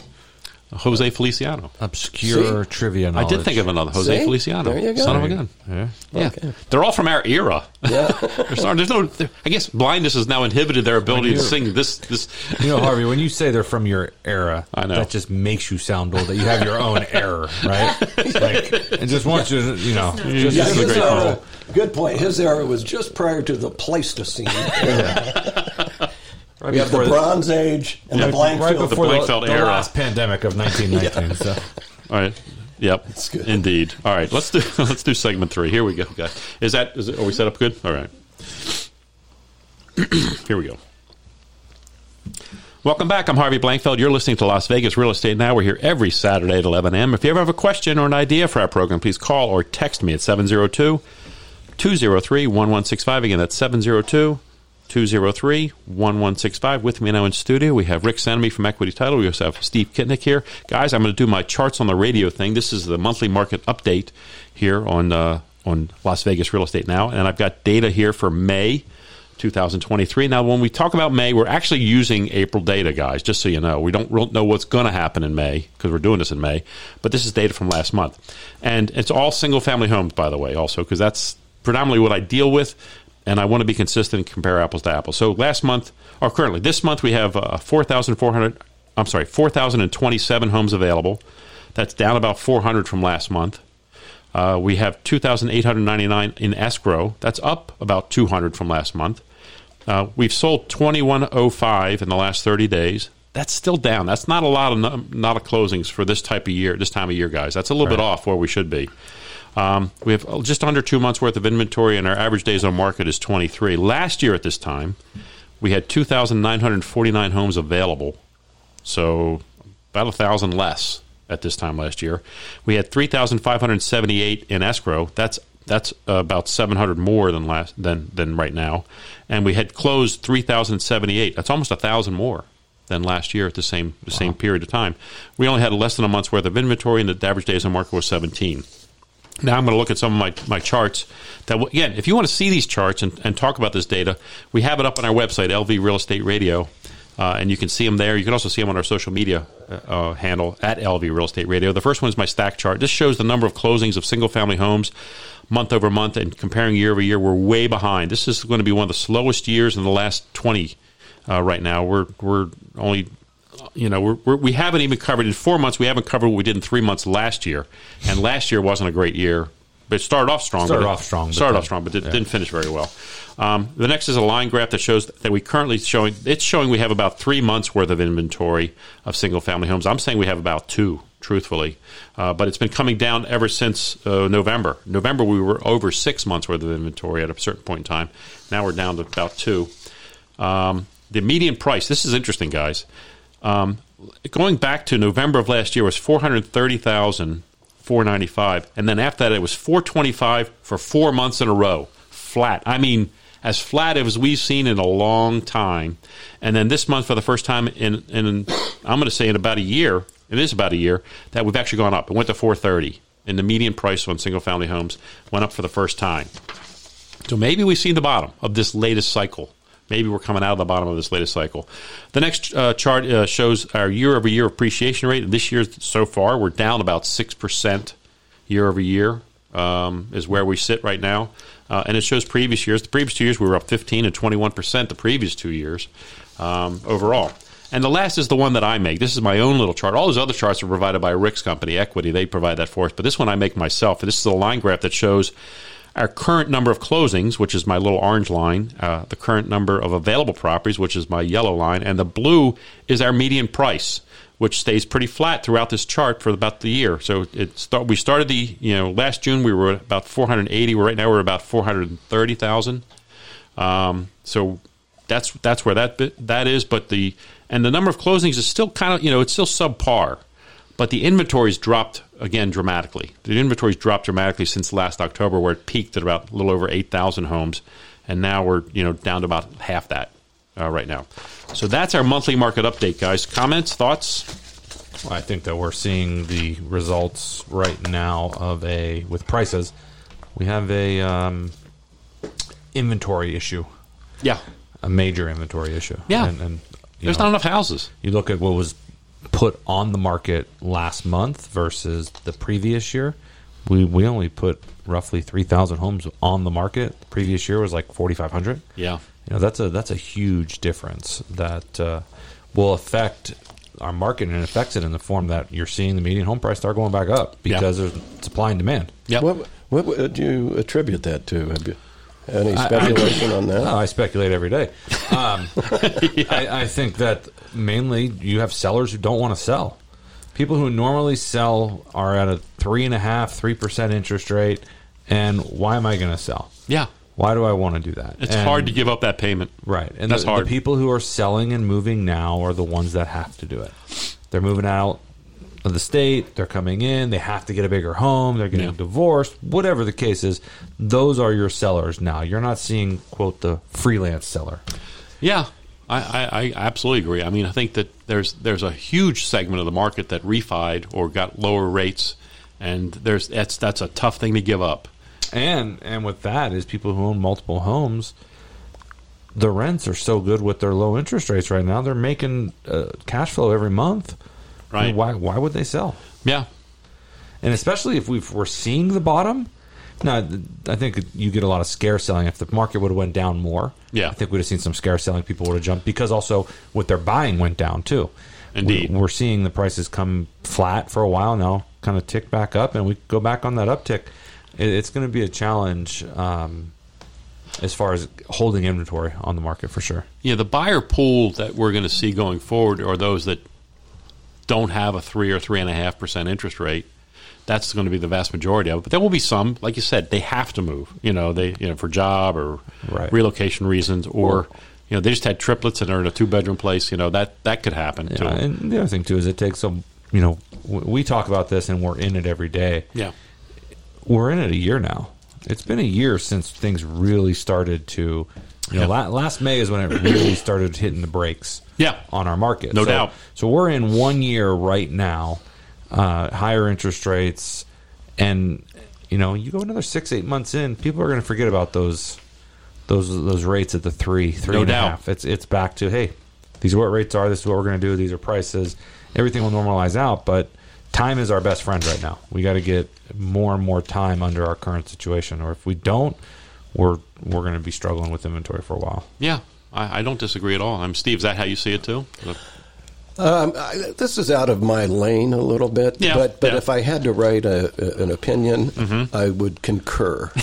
[SPEAKER 1] Jose Feliciano.
[SPEAKER 3] Obscure
[SPEAKER 2] See?
[SPEAKER 3] trivia
[SPEAKER 1] I
[SPEAKER 3] knowledge.
[SPEAKER 1] did think of another Jose
[SPEAKER 2] See?
[SPEAKER 1] Feliciano.
[SPEAKER 2] There you go.
[SPEAKER 1] Son of a gun.
[SPEAKER 3] Yeah.
[SPEAKER 1] Yeah.
[SPEAKER 2] Okay.
[SPEAKER 1] They're all from our era.
[SPEAKER 2] Yeah.
[SPEAKER 1] There's, there's no. there- I guess blindness has now inhibited their ability to sing this. This.
[SPEAKER 3] You know, Harvey, when you say they're from your era,
[SPEAKER 1] I know.
[SPEAKER 3] that just makes you sound old. That you have your own error, right? Like, and just wants you to, you know, just
[SPEAKER 1] Yeah,
[SPEAKER 3] to
[SPEAKER 1] this is a
[SPEAKER 2] his
[SPEAKER 3] keep it
[SPEAKER 1] great
[SPEAKER 2] era,
[SPEAKER 3] humble.
[SPEAKER 2] good point. His era was just prior to the Pleistocene.
[SPEAKER 3] Right
[SPEAKER 2] we have the
[SPEAKER 3] before
[SPEAKER 2] Bronze Age and
[SPEAKER 1] Yeah,
[SPEAKER 2] the Blankfield.
[SPEAKER 3] right before the,
[SPEAKER 1] Blankfeld
[SPEAKER 3] the
[SPEAKER 1] era.
[SPEAKER 3] last pandemic of 1919. So.
[SPEAKER 1] All right. Yep. That's
[SPEAKER 2] good.
[SPEAKER 1] Indeed. All right. Let's do. Let's do segment three. Here we go, guys. Is that? Is it, are we set up good? All right. Here we go. Welcome back. I'm Harvey Blankfeld. You're listening to Las Vegas Real Estate Now. We're here every Saturday at 11 a.m. If you ever have a question or an idea for our program, please call or text me at 702 203 1165. Again, that's 702 203 1165. With me now in studio, we have Rick Senemy from Equity Title. We also have Steve Kitnick here. Guys, I'm going to do my charts on the radio thing. This is the monthly market update here on, uh, on Las Vegas Real Estate Now. And I've got data here for May. 2023. Now, when we talk about May, we're actually using April data, guys, just so you know. We don't, we don't know what's going to happen in May because we're doing this in May, but this is data from last month. And it's all single family homes, by the way, also, because that's predominantly what I deal with, and I want to be consistent and compare apples to apples. So last month, or currently, this month, we have uh, 4,400, I'm sorry, 4,027 homes available. That's down about 400 from last month. Uh, we have 2,899 in escrow. That's up about 200 from last month. Uh, we've sold 2,105 in the last 30 days. That's still down. That's not a lot of num- not of closings for this type of year, this time of year, guys. That's a little bit off where we should be. Um, we have just under two months worth of inventory, and our average days on market is 23. Last year at this time, we had 2,949 homes available so about a thousand less at this time last year. We had three thousand five hundred seventy-eight in escrow. That's that's about seven hundred more than last than than right now, and we had closed three thousand seventy-eight. That's almost a thousand more than last year at the same the same period of time. We only had less than a month's worth of inventory, and the average days on market was seventeen. Now I'm going to look at some of my, my charts. That will- again, if you want to see these charts and, and talk about this data, we have it up on our website, LV Real Estate Radio, uh, and you can see them there. You can also see them on our social media uh, uh, handle at LV Real Estate Radio. The first one is my stack chart. This shows the number of closings of single family homes month over month and comparing year over year. We're way behind. This is going to be one of the slowest years in the last 20 uh, right now. We're we're only you know we're, we're, we haven't even covered in four months. We haven't covered what we did in three months last year, and last year wasn't a great year. But it started off strong.
[SPEAKER 3] Started
[SPEAKER 1] but it-
[SPEAKER 3] off strong, but
[SPEAKER 1] Started
[SPEAKER 3] then-
[SPEAKER 1] off strong, but did, didn't finish very well. Um, the next is a line graph that shows that we currently showing it's showing we have about three months worth of inventory of single family homes. I'm saying we have about two, truthfully, uh, but it's been coming down ever since uh, November. November we were over six months worth of inventory at a certain point in time. Now we're down to about two. Um, the median price. This is interesting, guys. Um, going back to November of last year was four hundred thirty thousand four ninety five, and then after that it was four twenty five for four months in a row, flat. I mean, as flat as we've seen in a long time. And then this month, for the first time in, in I'm going to say in about a year, it is about a year that we've actually gone up. It went to four thirty, and the median price on single family homes went up for the first time. So maybe we've seen the bottom of this latest cycle. Maybe we're coming out of the bottom of this latest cycle. The next uh, chart uh, shows our year over year appreciation rate. This year so far, we're down about 6% year over year, um, is where we sit right now. Uh, and it shows previous years. The previous two years, we were up 15 and 21% the previous two years. um, overall. And the last is the one that I make. This is my own little chart. All those other charts are provided by Rick's company, Equity. They provide that for us. But this one I make myself. This is a line graph that shows our current number of closings, which is my little orange line, uh, the current number of available properties, which is my yellow line, and the blue is our median price which stays pretty flat throughout this chart for about the year. So it start, we started the you know last June we were at about 480. We're right now we're about 430,000. Um, so that's that's where that bit, that is. But the and the number of closings is still kind of you know it's still subpar. But the inventory's dropped again dramatically. The inventory's dropped dramatically since last October, where it peaked at about a little over 8,000 homes, and now we're you know down to about half that uh, right now. So that's our monthly market update, guys. Comments, thoughts?
[SPEAKER 3] Well, I think that we're seeing the results right now of a with prices. We have a um, inventory issue,
[SPEAKER 1] Yeah,
[SPEAKER 3] a major inventory issue.
[SPEAKER 1] Yeah.
[SPEAKER 3] and, and you
[SPEAKER 1] there's
[SPEAKER 3] know,
[SPEAKER 1] not enough houses.
[SPEAKER 3] You look at what was put on the market last month versus the previous year. We we only put roughly three thousand homes on the market. The previous year was like forty five hundred.
[SPEAKER 1] Yeah,
[SPEAKER 3] You know that's a that's a huge difference that uh, will affect our market and it affects it in the form that you're seeing the median home price start going back up
[SPEAKER 1] Yeah.
[SPEAKER 3] because there's supply and demand.
[SPEAKER 1] yeah.
[SPEAKER 2] What, what would you attribute that to? Have you any speculation on that?
[SPEAKER 3] Oh, I speculate every day. Um, I, I think that mainly you have sellers who don't want to sell. People who normally sell are at a three and a half, three percent interest rate, and why am I going to sell?
[SPEAKER 1] yeah.
[SPEAKER 3] Why do I want to do that?
[SPEAKER 1] It's
[SPEAKER 3] And-
[SPEAKER 1] hard to give up that payment.
[SPEAKER 3] Right. And
[SPEAKER 1] That's
[SPEAKER 3] the,
[SPEAKER 1] hard.
[SPEAKER 3] the people who are selling and moving now are the ones that have to do it. They're moving out of the state, they're coming in, they have to get a bigger home, they're getting
[SPEAKER 1] Yeah.
[SPEAKER 3] divorced, whatever the case is, those are your sellers now. You're not seeing quote the freelance seller.
[SPEAKER 1] Yeah, I, I, I absolutely agree. I mean, I think that there's there's a huge segment of the market that refied or got lower rates, and there's that's that's a tough thing to give up.
[SPEAKER 3] And and with that is people who own multiple homes. The rents are so good with their low interest rates right now. They're making uh, cash flow every month. I mean,
[SPEAKER 1] Right.
[SPEAKER 3] Why? Why would they sell?
[SPEAKER 1] Yeah,
[SPEAKER 3] and especially if we've, we're seeing the bottom. Now, th- I think you get a lot of scare selling. If the market would have went down more,
[SPEAKER 1] Yeah.
[SPEAKER 3] I think we'd have seen some scare selling. People would have jumped because also what they're buying went down too.
[SPEAKER 1] Indeed.
[SPEAKER 3] we, we're seeing the prices come flat for a while now, kind of tick back up, and we go back on that uptick. It, it's going to be a challenge um, as far as holding inventory on the market for sure.
[SPEAKER 1] yeah. The buyer pool that we're going to see going forward are those that don't have a three or three and a half percent interest rate. That's going to be the vast majority of it. But there will be some, like you said, they have to move. You know, they you know for job or
[SPEAKER 3] Right.
[SPEAKER 1] relocation reasons, or you know they just had triplets and are in a two bedroom place. You know that that could happen. too.
[SPEAKER 3] Yeah, and the other thing too is it takes some. You know, w- we talk about this and we're in it every day.
[SPEAKER 1] yeah.
[SPEAKER 3] we're in it a year now. It's been a year since things really started to, you know, la- last May is when it really started hitting the brakes.
[SPEAKER 1] Yeah.
[SPEAKER 3] on our market,
[SPEAKER 1] No
[SPEAKER 3] So-
[SPEAKER 1] doubt.
[SPEAKER 3] So we're in one year right now, uh, higher interest rates, and you know, you go another six, eight months in, people are going to forget about those, those, those rates at the three, three
[SPEAKER 1] No
[SPEAKER 3] and a half.
[SPEAKER 1] doubt.
[SPEAKER 3] It's it's back to hey, these are what rates are. This is what we're going to do. These are prices. Everything will normalize out, but time is our best friend right now. We got to get more and more time under our current situation, or if we don't, we're we're going to be struggling with inventory for a while.
[SPEAKER 1] Yeah, I, I don't disagree at all. I'm Steve. Is that how you see it too? Uh,
[SPEAKER 2] Um, I, this is out of my lane a little bit,
[SPEAKER 1] Yeah,
[SPEAKER 2] but but
[SPEAKER 1] yeah. Mm-hmm.
[SPEAKER 2] if I had to write a, a- an opinion, I would concur.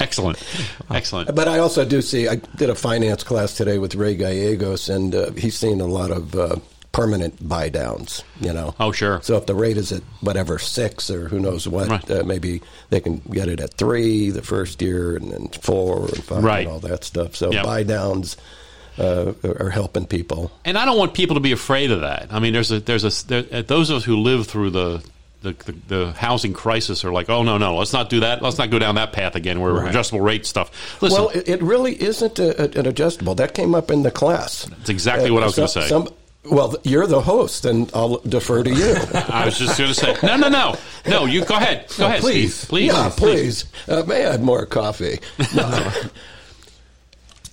[SPEAKER 1] Excellent, excellent.
[SPEAKER 2] but I also do see. I did a finance class today with Ray Gallegos, and uh, he's seen a lot of uh, permanent buy downs. You know,
[SPEAKER 1] Oh, sure.
[SPEAKER 2] So if the rate is at whatever six or who knows what,
[SPEAKER 1] Right.
[SPEAKER 2] uh, maybe they can get it at three the first year, and then four and five,
[SPEAKER 1] Right.
[SPEAKER 2] and all that stuff. So
[SPEAKER 1] Yep.
[SPEAKER 2] buy downs uh, are helping people.
[SPEAKER 1] And I don't want people to be afraid of that. I mean, there's a there's a there, uh, those of us who live through the. The, the, the housing crisis are like oh no no let's not do that let's not go down that path again where
[SPEAKER 3] Right.
[SPEAKER 1] adjustable rate stuff listen
[SPEAKER 2] well, it, it really isn't a, a, an adjustable. That came up in the class.
[SPEAKER 1] That's exactly what I was
[SPEAKER 2] some-
[SPEAKER 1] gonna say.
[SPEAKER 2] some- well, th- you're the host, and I'll defer to you.
[SPEAKER 1] I was just going to say no no no no you go ahead go ahead
[SPEAKER 2] please,
[SPEAKER 1] Steve. please
[SPEAKER 2] yeah, please. Uh, may I have more coffee? No.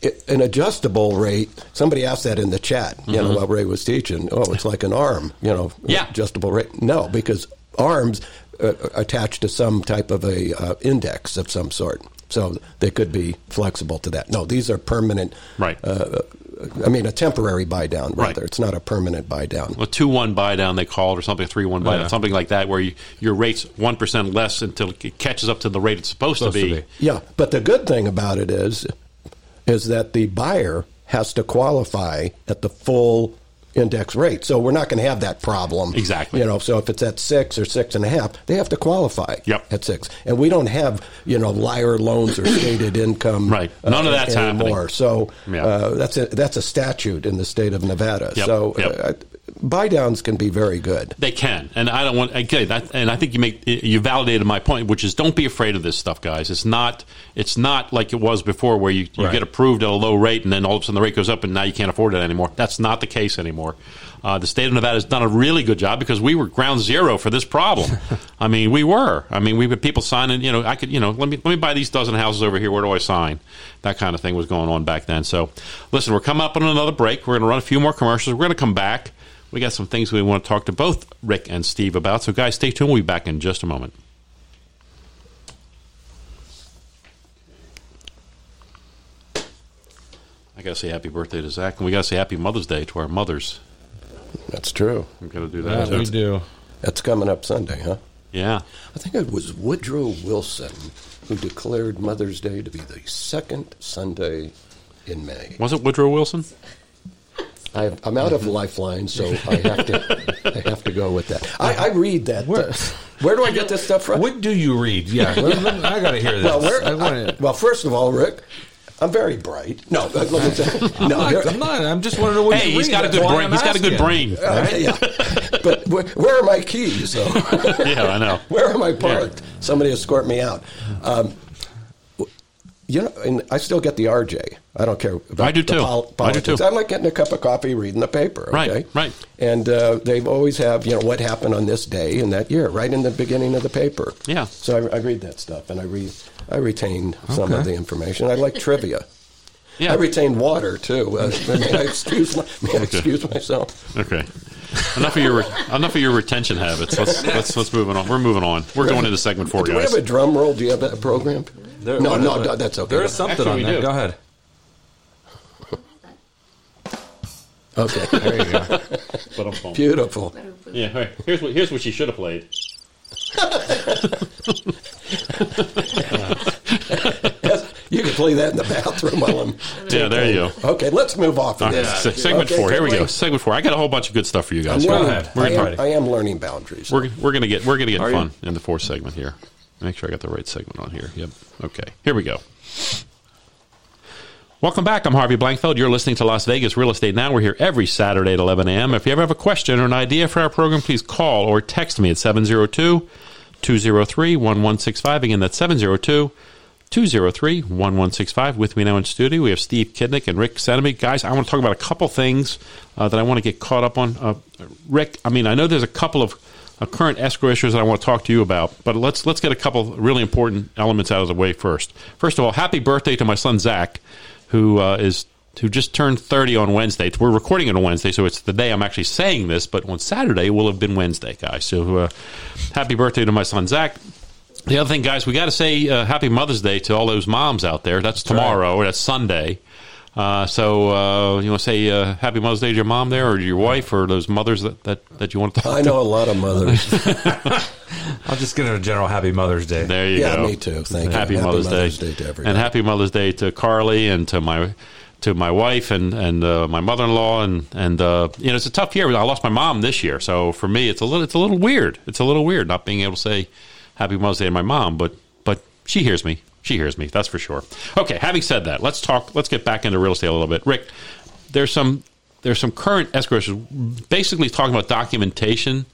[SPEAKER 2] It- an adjustable rate. Somebody asked that in the chat. You know, while Ray was teaching. Oh, it's like an arm. You know,
[SPEAKER 1] Mm-hmm. Yeah.
[SPEAKER 2] adjustable rate. No, because arms. uh, attached to some type of a uh, index of some sort. So they could be flexible to that. No, these are permanent.
[SPEAKER 1] Right.
[SPEAKER 2] Uh, I mean, a temporary buy down.
[SPEAKER 1] Right.
[SPEAKER 2] Rather, it's not a permanent buy down.
[SPEAKER 1] a two one buy down they call it or something three one buy
[SPEAKER 3] Yeah.
[SPEAKER 1] down something like that where you, your rate's one percent less until it catches up to the rate it's supposed,
[SPEAKER 3] Supposed to
[SPEAKER 1] to be.
[SPEAKER 3] be.
[SPEAKER 2] Yeah, but the good thing about it is, is that the buyer has to qualify at the full index rate. So we're not going to have that problem.
[SPEAKER 1] Exactly.
[SPEAKER 2] You know, so if it's at six or six and a half, they have to qualify.
[SPEAKER 1] Yep.
[SPEAKER 2] At six, and we don't have you know liar loans or stated income. uh,
[SPEAKER 1] Right. None of that's happening.
[SPEAKER 2] anymore. So
[SPEAKER 1] Yeah.
[SPEAKER 2] uh, that's a that's a statute in the state of Nevada.
[SPEAKER 1] Yep,
[SPEAKER 2] So
[SPEAKER 1] yep.
[SPEAKER 2] uh, buy downs can be very good.
[SPEAKER 1] They can, and I don't want again. That, and I think you make you validated my point, which is don't be afraid of this stuff, guys. It's not it's not like it was before, where you, you
[SPEAKER 3] Right.
[SPEAKER 1] get approved at a low rate, and then all of a sudden the rate goes up, and now you can't afford it anymore. That's not the case anymore. Uh, the state of Nevada has done a really good job because we were ground zero for this problem. I mean, we were. I mean, we had people signing. You know, I could. You know, let me let me buy these dozen houses over here. Where do I sign? That kind of thing was going on back then. So, listen, we're coming up on another break. We're going to run a few more commercials. We're going to come back. We got some things we want to talk to both Rick and Steve about. So, guys, stay tuned. We'll be back in just a moment. I got to say happy birthday to Zach, and we got to say happy Mother's Day to our mothers.
[SPEAKER 2] That's true.
[SPEAKER 1] I'm going to do
[SPEAKER 3] Yeah,
[SPEAKER 1] that.
[SPEAKER 3] we
[SPEAKER 1] too.
[SPEAKER 3] do.
[SPEAKER 2] That's coming up Sunday, huh?
[SPEAKER 1] yeah.
[SPEAKER 2] I think it was Woodrow Wilson who declared Mother's Day to be the second Sunday in May.
[SPEAKER 1] Was it Woodrow Wilson?
[SPEAKER 2] I, I'm out of lifelines, so I have to. I have to go with that. I, I read that.
[SPEAKER 3] Where-
[SPEAKER 2] where do I get this stuff from?
[SPEAKER 3] What do you read? Yeah, I got to hear this.
[SPEAKER 2] well, where,
[SPEAKER 3] I wanna-
[SPEAKER 2] well, first of all, Rick, I'm very bright. No, let me say, no,
[SPEAKER 3] I'm,
[SPEAKER 2] here-
[SPEAKER 3] not, I'm not. I'm just want to know what
[SPEAKER 1] Hey,
[SPEAKER 3] you
[SPEAKER 1] he's
[SPEAKER 3] read.
[SPEAKER 1] got a
[SPEAKER 3] That's
[SPEAKER 1] good
[SPEAKER 3] why
[SPEAKER 1] brain.
[SPEAKER 3] I'm
[SPEAKER 1] He's got a good
[SPEAKER 3] asking.
[SPEAKER 1] brain.
[SPEAKER 2] uh, yeah. But where, where are my keys? Though?
[SPEAKER 1] Yeah, I know.
[SPEAKER 2] Where am I parked? Somebody escort me out. Um, w- you know, and I still get the RJ. I don't care about
[SPEAKER 1] I do
[SPEAKER 2] the
[SPEAKER 1] too. I do
[SPEAKER 2] politics.
[SPEAKER 1] too.
[SPEAKER 2] I like getting a cup of coffee, reading the paper.
[SPEAKER 1] Right,
[SPEAKER 2] okay?
[SPEAKER 1] right.
[SPEAKER 2] And uh, they always have, you know, what happened on this day and that year, right in the beginning of the paper.
[SPEAKER 1] Yeah.
[SPEAKER 2] So I, I read that stuff, and I re, I retain some of
[SPEAKER 3] Okay.
[SPEAKER 2] the information. I like trivia.
[SPEAKER 1] Yeah.
[SPEAKER 2] I retain water too. Uh, may I excuse, my, may I excuse myself?
[SPEAKER 1] Okay. Enough of your enough of your retention habits. Let's let's let's move on. We're moving on. We're going into segment four,
[SPEAKER 2] Do we
[SPEAKER 1] guys.
[SPEAKER 2] have a drum roll? Do you have a program?
[SPEAKER 3] There-
[SPEAKER 2] no,
[SPEAKER 3] what-
[SPEAKER 2] no,
[SPEAKER 3] what-
[SPEAKER 2] no, that's okay.
[SPEAKER 3] There is something
[SPEAKER 1] Actually, we
[SPEAKER 3] on
[SPEAKER 1] do.
[SPEAKER 3] that. Go ahead.
[SPEAKER 2] Okay,
[SPEAKER 3] There you go.
[SPEAKER 2] beautiful.
[SPEAKER 1] Yeah. all right. Here's what here's what she should have played.
[SPEAKER 2] You can play that in the bathroom while I'm.
[SPEAKER 1] Yeah. There you go.
[SPEAKER 2] Okay, let's move off of
[SPEAKER 1] All right,
[SPEAKER 2] this.
[SPEAKER 1] se- segment
[SPEAKER 2] Okay,
[SPEAKER 1] four. Here we
[SPEAKER 2] wait.
[SPEAKER 1] go. Segment four. I got a whole bunch of good stuff for you guys.
[SPEAKER 2] I'm
[SPEAKER 3] Go
[SPEAKER 2] learning-
[SPEAKER 3] ahead.
[SPEAKER 2] I,
[SPEAKER 3] We're
[SPEAKER 2] am,
[SPEAKER 3] ready.
[SPEAKER 2] I am learning boundaries.
[SPEAKER 1] We're we're gonna get we're gonna get
[SPEAKER 3] Are
[SPEAKER 1] fun
[SPEAKER 3] you?
[SPEAKER 1] in the fourth segment here. Make sure I got the right segment on here. Yep. Okay. Here we go. Welcome back. I'm Harvey Blankfeld. You're listening to Las Vegas Real Estate Now. We're here every Saturday at 11 a.m. If you ever have a question or an idea for our program, please call or text me at 702 203 1165. Again, that's 702 203 1165. With me now in studio, we have Steve Kidnick and Rick Senemy. Guys, I want to talk about a couple things uh, that I want to get caught up on. Uh, Rick, I mean, I know there's a couple of uh, current escrow issues that I want to talk to you about, but let's let's get a couple really important elements out of the way first. First of all, happy birthday to my son Zach who uh, is who just turned 30 on Wednesday. We're recording it on Wednesday, so it's the day I'm actually saying this, but on Saturday will have been Wednesday, guys. So uh, happy birthday to my son Zach. The other thing, guys, we got to say uh, happy Mother's Day to all those moms out there. That's tomorrow. That's Sunday. Uh, so uh, you want to say uh, happy Mother's Day to your mom there, or to your wife, or those mothers that, that, that you want to talk
[SPEAKER 2] I know a lot of mothers.
[SPEAKER 3] I'll just get a general happy Mother's Day.
[SPEAKER 1] There you
[SPEAKER 2] Yeah,
[SPEAKER 1] go.
[SPEAKER 2] me too. Thank you.
[SPEAKER 1] happy
[SPEAKER 2] Happy
[SPEAKER 1] Mother's,
[SPEAKER 2] Mother's
[SPEAKER 1] Day.
[SPEAKER 2] Day to everybody.
[SPEAKER 1] and happy Mother's Day to Carly and to my to my wife and and uh, my mother in law and and uh, you know it's a tough year. I lost my mom this year, so for me it's a little it's a little weird. It's a little weird not being able to say happy Mother's Day to my mom, but but she hears me. She hears me. That's for sure. Okay. Having said that, let's talk. Let's get back into real estate a little bit, Rick. There's some there's some current escrow issues, basically talking about documentation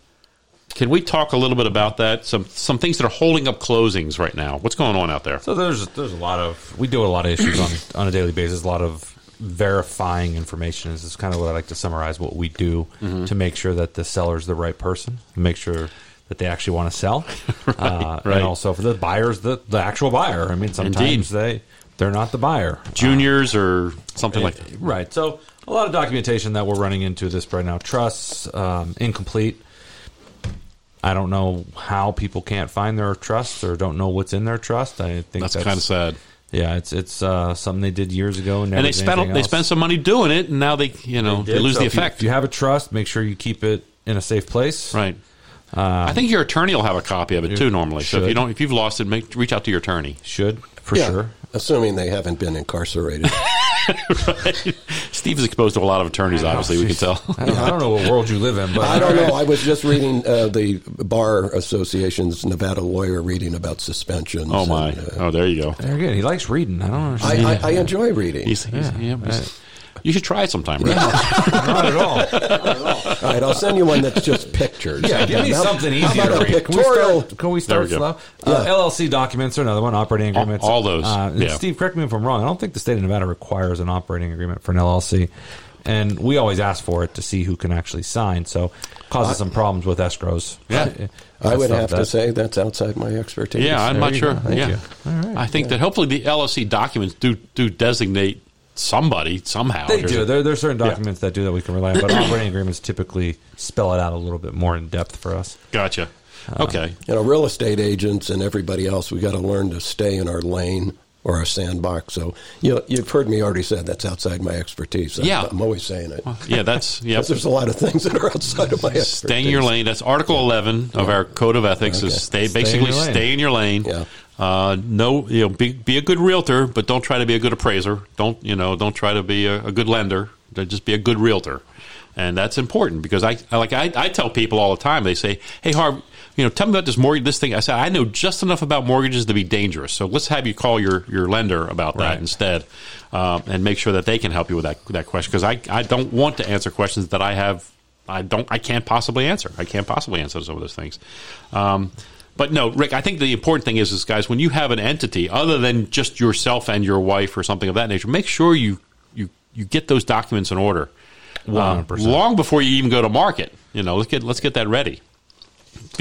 [SPEAKER 1] can we talk a little bit about that? Some some things that are holding up closings right now. What's going on out there?
[SPEAKER 3] So uh, there's there's a lot of we do a lot of issues on on a daily basis. A lot of verifying information is, is kind of what I like to summarize what we do
[SPEAKER 1] Mm-hmm.
[SPEAKER 3] to make sure that the seller's the right person, make sure that they actually want to sell, uh,
[SPEAKER 1] right.
[SPEAKER 3] and also for the buyers the the actual buyer. I mean, sometimes they they're not the buyer. Uh,
[SPEAKER 1] Juniors or something like that.
[SPEAKER 3] Right. So a lot of documentation that we're running into this right now. Trusts um, incomplete. I don't know how people can't find their trusts or don't know what's in their trust. I think
[SPEAKER 1] That's,
[SPEAKER 3] that's,
[SPEAKER 1] kind of sad.
[SPEAKER 3] Yeah, it's it's uh, something they did years ago, and, never
[SPEAKER 1] And they
[SPEAKER 3] did
[SPEAKER 1] spent
[SPEAKER 3] anything
[SPEAKER 1] they
[SPEAKER 3] else.
[SPEAKER 1] spent some money doing it, and now they you know they,
[SPEAKER 3] did.
[SPEAKER 1] lose
[SPEAKER 3] So
[SPEAKER 1] the
[SPEAKER 3] if you-
[SPEAKER 1] effect.
[SPEAKER 3] if you have a trust, make sure you keep it in a safe place.
[SPEAKER 1] right. I think your attorney will have a copy of it too. Normally, so if you
[SPEAKER 3] Um, should.
[SPEAKER 1] don't, if you've lost it, make, reach out to your attorney.
[SPEAKER 3] Should for
[SPEAKER 2] Yeah,
[SPEAKER 3] sure.
[SPEAKER 2] Assuming they haven't been incarcerated.
[SPEAKER 1] Steve's exposed to a lot of attorneys. Obviously, we can tell.
[SPEAKER 3] I don't, I don't know what world you live in, but
[SPEAKER 2] I don't know. I was just reading uh, the Bar Association's Nevada lawyer reading about suspensions.
[SPEAKER 1] Oh my!
[SPEAKER 2] and, uh,
[SPEAKER 1] Oh, there you go.
[SPEAKER 3] They're good. He likes reading. I don't understand.
[SPEAKER 2] I, I, I enjoy reading.
[SPEAKER 1] He's, he's, yeah, he's- you should try it sometime. Right?
[SPEAKER 3] Not at all.
[SPEAKER 2] All right, I'll send you one that's just pictures.
[SPEAKER 3] Yeah, give me
[SPEAKER 2] How-
[SPEAKER 3] something easier
[SPEAKER 2] How about
[SPEAKER 3] to
[SPEAKER 2] a
[SPEAKER 3] read.
[SPEAKER 2] pictorial?
[SPEAKER 3] Can we start,
[SPEAKER 1] There we
[SPEAKER 3] can we
[SPEAKER 1] go.
[SPEAKER 3] start slow? Uh,
[SPEAKER 2] Yeah.
[SPEAKER 3] LLC documents are another one. Operating
[SPEAKER 1] All-
[SPEAKER 3] agreements,
[SPEAKER 1] all those,
[SPEAKER 3] Uh, and
[SPEAKER 1] yeah.
[SPEAKER 3] Steve, correct me if I'm wrong. I don't think the state of Nevada requires an operating agreement for an LLC, and we always ask for it to see who can actually sign. So, causes some problems with escrows. Uh,
[SPEAKER 1] Yeah.
[SPEAKER 2] I would have to
[SPEAKER 3] That's-
[SPEAKER 2] say that's outside my expertise.
[SPEAKER 1] Yeah, I'm
[SPEAKER 3] There
[SPEAKER 1] not
[SPEAKER 3] you
[SPEAKER 1] sure.
[SPEAKER 3] go. Thank
[SPEAKER 1] yeah,
[SPEAKER 3] you.
[SPEAKER 1] I think that hopefully the LLC documents do do designate somebody somehow.
[SPEAKER 3] They
[SPEAKER 1] There's
[SPEAKER 3] do.
[SPEAKER 1] a-
[SPEAKER 3] There, there are certain documents that do that we can rely on, but operating agreements typically spell it out a little bit more in depth for us.
[SPEAKER 1] gotcha. okay.
[SPEAKER 2] You know, real estate agents and everybody else, we got to learn to stay in our lane or our sandbox. So you, you've heard me already said that's outside my expertise. I'm,
[SPEAKER 1] Yeah.
[SPEAKER 2] I'm always saying it.
[SPEAKER 1] Yeah, that's yeah.
[SPEAKER 2] 'Cause there's a lot of things that are outside of my expertise.
[SPEAKER 1] Stay in your lane. That's Article Eleven of our Code of Ethics. Is stay,
[SPEAKER 3] in
[SPEAKER 1] basically
[SPEAKER 3] your lane.
[SPEAKER 1] stay in your lane.
[SPEAKER 2] Yeah.
[SPEAKER 1] Uh, no, you know, be, be a good realtor, but don't try to be a good appraiser. Don't you know? Don't try to be a, a good lender. Just be a good realtor, and that's important because I, I like I, I tell people all the time. They say, "Hey, Harv, you know, tell me about this mortgage, this thing." I said, "I know just enough about mortgages to be dangerous, so let's have you call your your lender about
[SPEAKER 3] Right.
[SPEAKER 1] that instead, um, and make sure that they can help you with that that question because I I don't want to answer questions that I have I don't. I can't possibly answer. I can't possibly answer some of those things. Um, but no, Rick. I think the important thing is, is guys, when you have an entity other than just yourself and your wife or something of that nature, make sure you you you get those documents in order um,
[SPEAKER 3] 100%.
[SPEAKER 1] long before you even go to market. You know, let's get let's get that ready.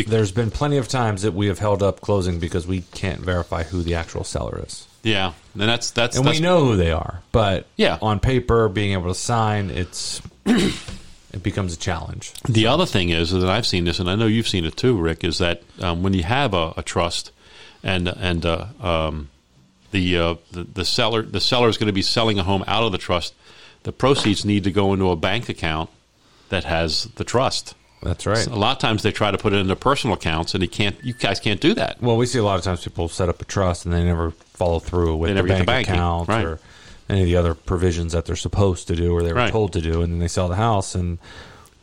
[SPEAKER 3] There's been plenty of times that we have held up closing because we can't verify who the actual seller is.
[SPEAKER 1] Yeah, and that's that's
[SPEAKER 3] and
[SPEAKER 1] that's,
[SPEAKER 3] we know who they are. But
[SPEAKER 1] Yeah.
[SPEAKER 3] on paper, being able to sign, it's it becomes a challenge.
[SPEAKER 1] The other thing is that I've seen this, and I know you've seen it too, Rick, is that um, when you have a, a trust, and and uh, um, the, uh, the the seller the seller is going to be selling a home out of the trust, the proceeds need to go into a bank account that has the trust.
[SPEAKER 3] That's right.
[SPEAKER 1] A lot of times they try to put it into personal accounts, and you can't. You guys can't do that.
[SPEAKER 3] well, we see a lot of times people set up a trust and they never follow through with
[SPEAKER 1] They
[SPEAKER 3] the
[SPEAKER 1] never get the
[SPEAKER 3] bank
[SPEAKER 1] banking,
[SPEAKER 3] account
[SPEAKER 1] right.
[SPEAKER 3] or any of the other provisions that they're supposed to do or they were
[SPEAKER 1] Right.
[SPEAKER 3] told to do, and then they sell the house and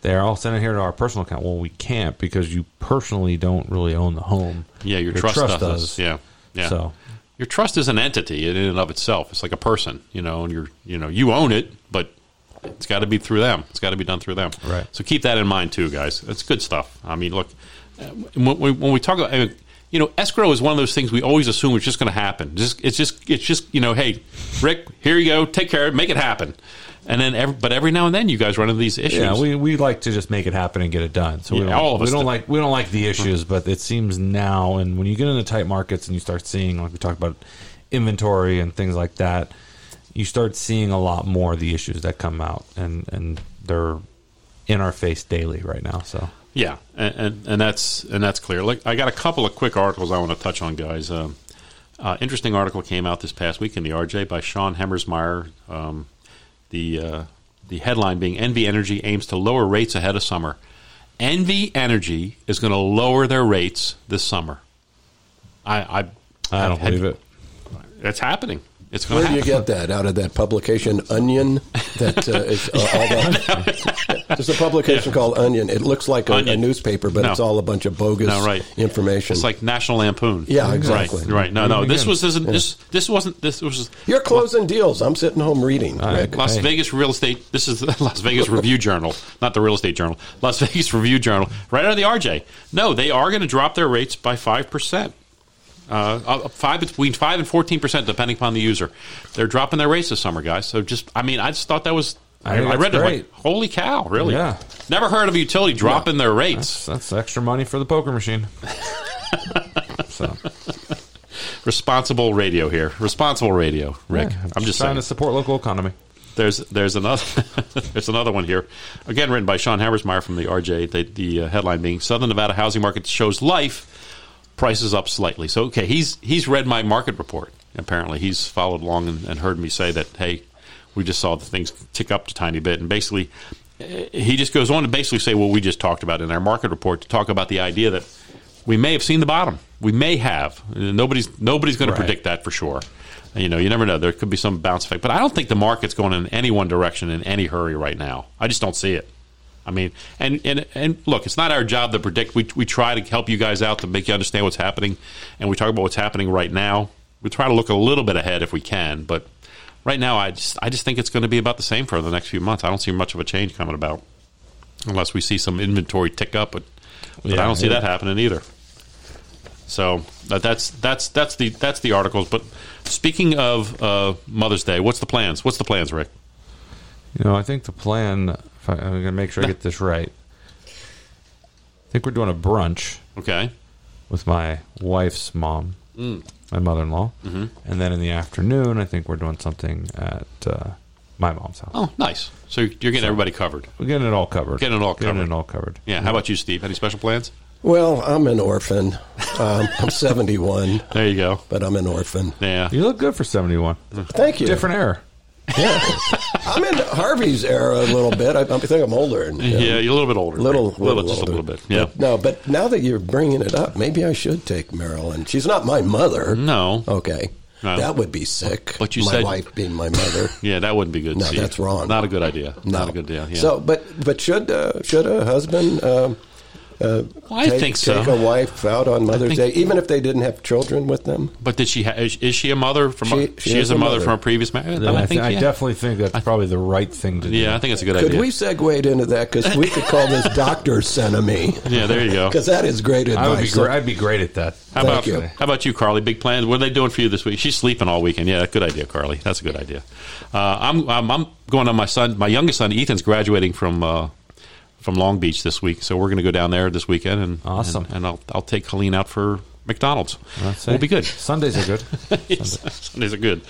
[SPEAKER 3] they're all sending here to our personal account. Well, we can't because you personally don't really own the home.
[SPEAKER 1] Yeah, your, trust, does. Yeah, yeah.
[SPEAKER 3] So
[SPEAKER 1] your trust is an entity in and of itself. It's like a person, you know, and you're, you know, you own it, but it's got to be through them. It's got to be done through them.
[SPEAKER 3] Right.
[SPEAKER 1] So keep that in mind too, guys. It's good stuff. I mean, look, uh, when we, when we talk about, I mean, you know, escrow is one of those things we always assume is just going to happen. Just it's just it's just you know, hey, Rick, here you go, take care of it, make it happen. And then, every, but every now and then, you guys run into these issues.
[SPEAKER 3] Yeah, we, we like to just make it happen and get it done. So we
[SPEAKER 1] Yeah,
[SPEAKER 3] don't,
[SPEAKER 1] all of
[SPEAKER 3] we
[SPEAKER 1] us
[SPEAKER 3] don't
[SPEAKER 1] do. Hmm.
[SPEAKER 3] like we don't like the issues, but it seems now and when you get into tight markets and you start seeing like we talked about inventory and things like that, you start seeing a lot more of the issues that come out and and they're in our face daily right now. So
[SPEAKER 1] Yeah, and, and and that's and that's clear. Look, I got a couple of quick articles I want to touch on, guys. Um, uh, interesting article came out this past week in the RJ by Sean Hemmersmeyer. Um, the uh, the headline being Envy Energy aims to lower rates ahead of summer. Envy Energy is going to lower their rates this summer. I I,
[SPEAKER 3] I don't
[SPEAKER 1] had-
[SPEAKER 3] believe it.
[SPEAKER 1] It's happening. It's going
[SPEAKER 2] Where
[SPEAKER 1] to
[SPEAKER 2] do you
[SPEAKER 1] happen.
[SPEAKER 2] get that? Out of that publication, Onion? That uh, is uh, all that. There's a publication called Onion. It looks like a, a
[SPEAKER 1] Onion.
[SPEAKER 2] newspaper, but
[SPEAKER 1] No.
[SPEAKER 2] it's all a bunch of bogus
[SPEAKER 1] No, right.
[SPEAKER 2] information.
[SPEAKER 1] It's like National Lampoon.
[SPEAKER 2] Yeah, exactly.
[SPEAKER 1] Right. right. No, no. This
[SPEAKER 3] Again.
[SPEAKER 1] was this, this this wasn't this was
[SPEAKER 2] You're closing deals. I'm sitting home reading. Rick.
[SPEAKER 1] Las
[SPEAKER 3] Hey.
[SPEAKER 1] Vegas Real Estate. This is the Las Vegas Review Journal, not the Real Estate Journal. Las Vegas Review Journal, right out of the RJ. No, they are going to drop their rates by five percent. Uh, up five between five and fourteen percent, depending upon the user. They're dropping their rates this summer, guys. So just, I mean, I just thought that was.
[SPEAKER 3] I
[SPEAKER 1] I,
[SPEAKER 3] think that's
[SPEAKER 1] read it I'm
[SPEAKER 3] great.
[SPEAKER 1] like, holy cow, really?
[SPEAKER 3] Yeah.
[SPEAKER 1] Never heard of a utility dropping their rates.
[SPEAKER 3] So that's extra money for the poker machine. so
[SPEAKER 1] Responsible radio here. Responsible radio, Rick.
[SPEAKER 3] yeah,
[SPEAKER 1] I'm just
[SPEAKER 3] trying
[SPEAKER 1] saying.
[SPEAKER 3] to support local economy.
[SPEAKER 1] There's there's another there's another one here, again written by Sean Habersmeyer from the RJ. The, the uh, headline being Southern Nevada housing market shows life, prices up slightly. So okay, he's he's read my market report. Apparently, he's followed along and, and heard me say that. Hey, we just saw the things tick up a tiny bit, and basically, eh, he just goes on to basically say what we just talked about in our market report to talk about the idea that we may have seen the bottom. We may have. Nobody's nobody's going
[SPEAKER 3] Right.
[SPEAKER 1] to predict that for sure. You know, you never know. There could be some bounce effect, but I don't think the market's going in any one direction in any hurry right now. I just don't see it. I mean, and and and look, it's not our job to predict. We we try to help you guys out to make you understand what's happening, and we talk about what's happening right now. We try to look a little bit ahead if we can, but right now, I just I just think it's going to be about the same for the next few months. I don't see much of a change coming about unless we see some inventory tick up, but, but I
[SPEAKER 3] Yeah,
[SPEAKER 1] don't see
[SPEAKER 3] yeah.
[SPEAKER 1] that happening either. So that, that's that's that's the that's the articles. But speaking of uh, Mother's Day, what's the plans? What's the plans, Rick?
[SPEAKER 3] You know, I think the plan. If I, I'm going to make sure I get this right. I think we're doing a brunch
[SPEAKER 1] Okay,
[SPEAKER 3] with my wife's mom,
[SPEAKER 1] Mm.
[SPEAKER 3] my mother-in-law,
[SPEAKER 1] Mm-hmm.
[SPEAKER 3] and then in the afternoon, I think we're doing something at uh, my mom's house.
[SPEAKER 1] oh nice. So you're getting everybody covered.
[SPEAKER 3] We're getting it all covered.
[SPEAKER 1] Getting it all covered.
[SPEAKER 3] Getting it all covered.
[SPEAKER 1] Yeah. How about you, Steve? Any special plans?
[SPEAKER 2] Well, I'm an orphan. Um, I'm 71,
[SPEAKER 1] There you go.
[SPEAKER 2] but I'm an orphan.
[SPEAKER 1] Yeah.
[SPEAKER 3] You look good for 71.
[SPEAKER 2] Thank you.
[SPEAKER 3] Different era.
[SPEAKER 2] Yeah. I'm in Harvey's era a little bit. I, I think I'm older. And,
[SPEAKER 1] Yeah, you're a little bit older.
[SPEAKER 2] Little,
[SPEAKER 1] Rick.
[SPEAKER 2] little,
[SPEAKER 1] just
[SPEAKER 2] older.
[SPEAKER 1] a little bit. Yeah.
[SPEAKER 2] But no, but now that you're bringing it up, maybe I should take Marilyn. She's not my mother.
[SPEAKER 1] No.
[SPEAKER 2] Okay.
[SPEAKER 1] Mm-hmm. No.
[SPEAKER 2] That would be sick.
[SPEAKER 1] But you
[SPEAKER 2] my
[SPEAKER 1] said-
[SPEAKER 2] wife being my mother.
[SPEAKER 1] Yeah, that wouldn't be good.
[SPEAKER 2] No,
[SPEAKER 1] Steve.
[SPEAKER 2] that's wrong.
[SPEAKER 1] Not a good idea. Not
[SPEAKER 2] No.
[SPEAKER 1] a good idea. Yeah.
[SPEAKER 2] So, but but should uh, should a husband um
[SPEAKER 1] Well, I
[SPEAKER 2] take,
[SPEAKER 1] think so.
[SPEAKER 2] take a wife out on Mother's
[SPEAKER 1] think-
[SPEAKER 2] Day, even if they didn't have children with them?
[SPEAKER 1] But did she? Ha- is is she a mother from? a,
[SPEAKER 2] She-
[SPEAKER 1] she,
[SPEAKER 2] she
[SPEAKER 1] is a mother, from a previous marriage.
[SPEAKER 3] I, think, I
[SPEAKER 1] yeah.
[SPEAKER 3] definitely think that's probably the right thing to do.
[SPEAKER 1] Yeah, I think it's a good
[SPEAKER 2] Could
[SPEAKER 1] idea.
[SPEAKER 2] we segue into that? Because we could call this Doctor Senemy.
[SPEAKER 1] Yeah, there you go.
[SPEAKER 2] Because that is great advice.
[SPEAKER 3] I would be great. I'd be great at that.
[SPEAKER 1] How about
[SPEAKER 2] you.
[SPEAKER 1] how about you, Carly? Big plans? What are they doing for you this week? She's sleeping all weekend. Yeah, good idea, Carly. That's a good idea. Uh, I'm, I'm I'm going on my son, my youngest son, Ethan's graduating from uh, from Long Beach this week, so we're going to go down there this weekend and
[SPEAKER 3] Awesome.
[SPEAKER 1] And, and I'll I'll take Colleen out for McDonald's.
[SPEAKER 3] That's
[SPEAKER 1] we'll
[SPEAKER 3] it.
[SPEAKER 1] be good.
[SPEAKER 3] Sundays are good.
[SPEAKER 1] Sundays are good.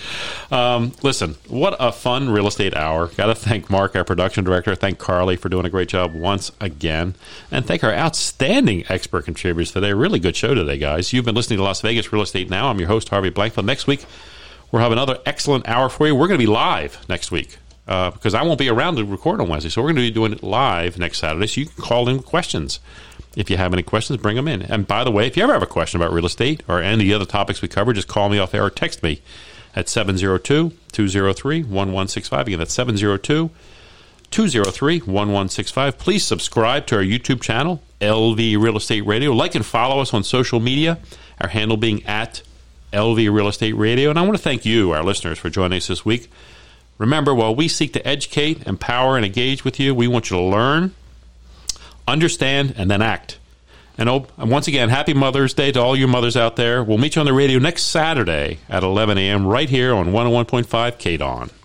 [SPEAKER 1] Um, listen, what a fun real estate hour. Got to thank Mark, our production director. Thank Carly for doing a great job once again. And thank our outstanding expert contributors today. Really good show today, guys. You've been listening to Las Vegas Real Estate Now. I'm your host, Harvey Blankfield. Next week, we'll have another excellent hour for you. We're going to be live next week uh, because I won't be around to record on Wednesday. So we're going to be doing it live next Saturday. So you can call in with questions. If you have any questions, bring them in. And by the way, if you ever have a question about real estate or any other topics we cover, just call me off air or text me at 702 203 1165. Again, that's 702 203 1165. Please subscribe to our YouTube channel, LV Real Estate Radio. Like and follow us on social media, our handle being at LV Real Estate Radio. And I want to thank you, our listeners, for joining us this week. Remember, while we seek to educate, empower, and engage with you, we want you to learn, understand, and then act. And, oh, and once again, happy Mother's Day to all you mothers oh out there. We'll meet you on the radio next Saturday at 11 a.m. right here on 101.5 KDON.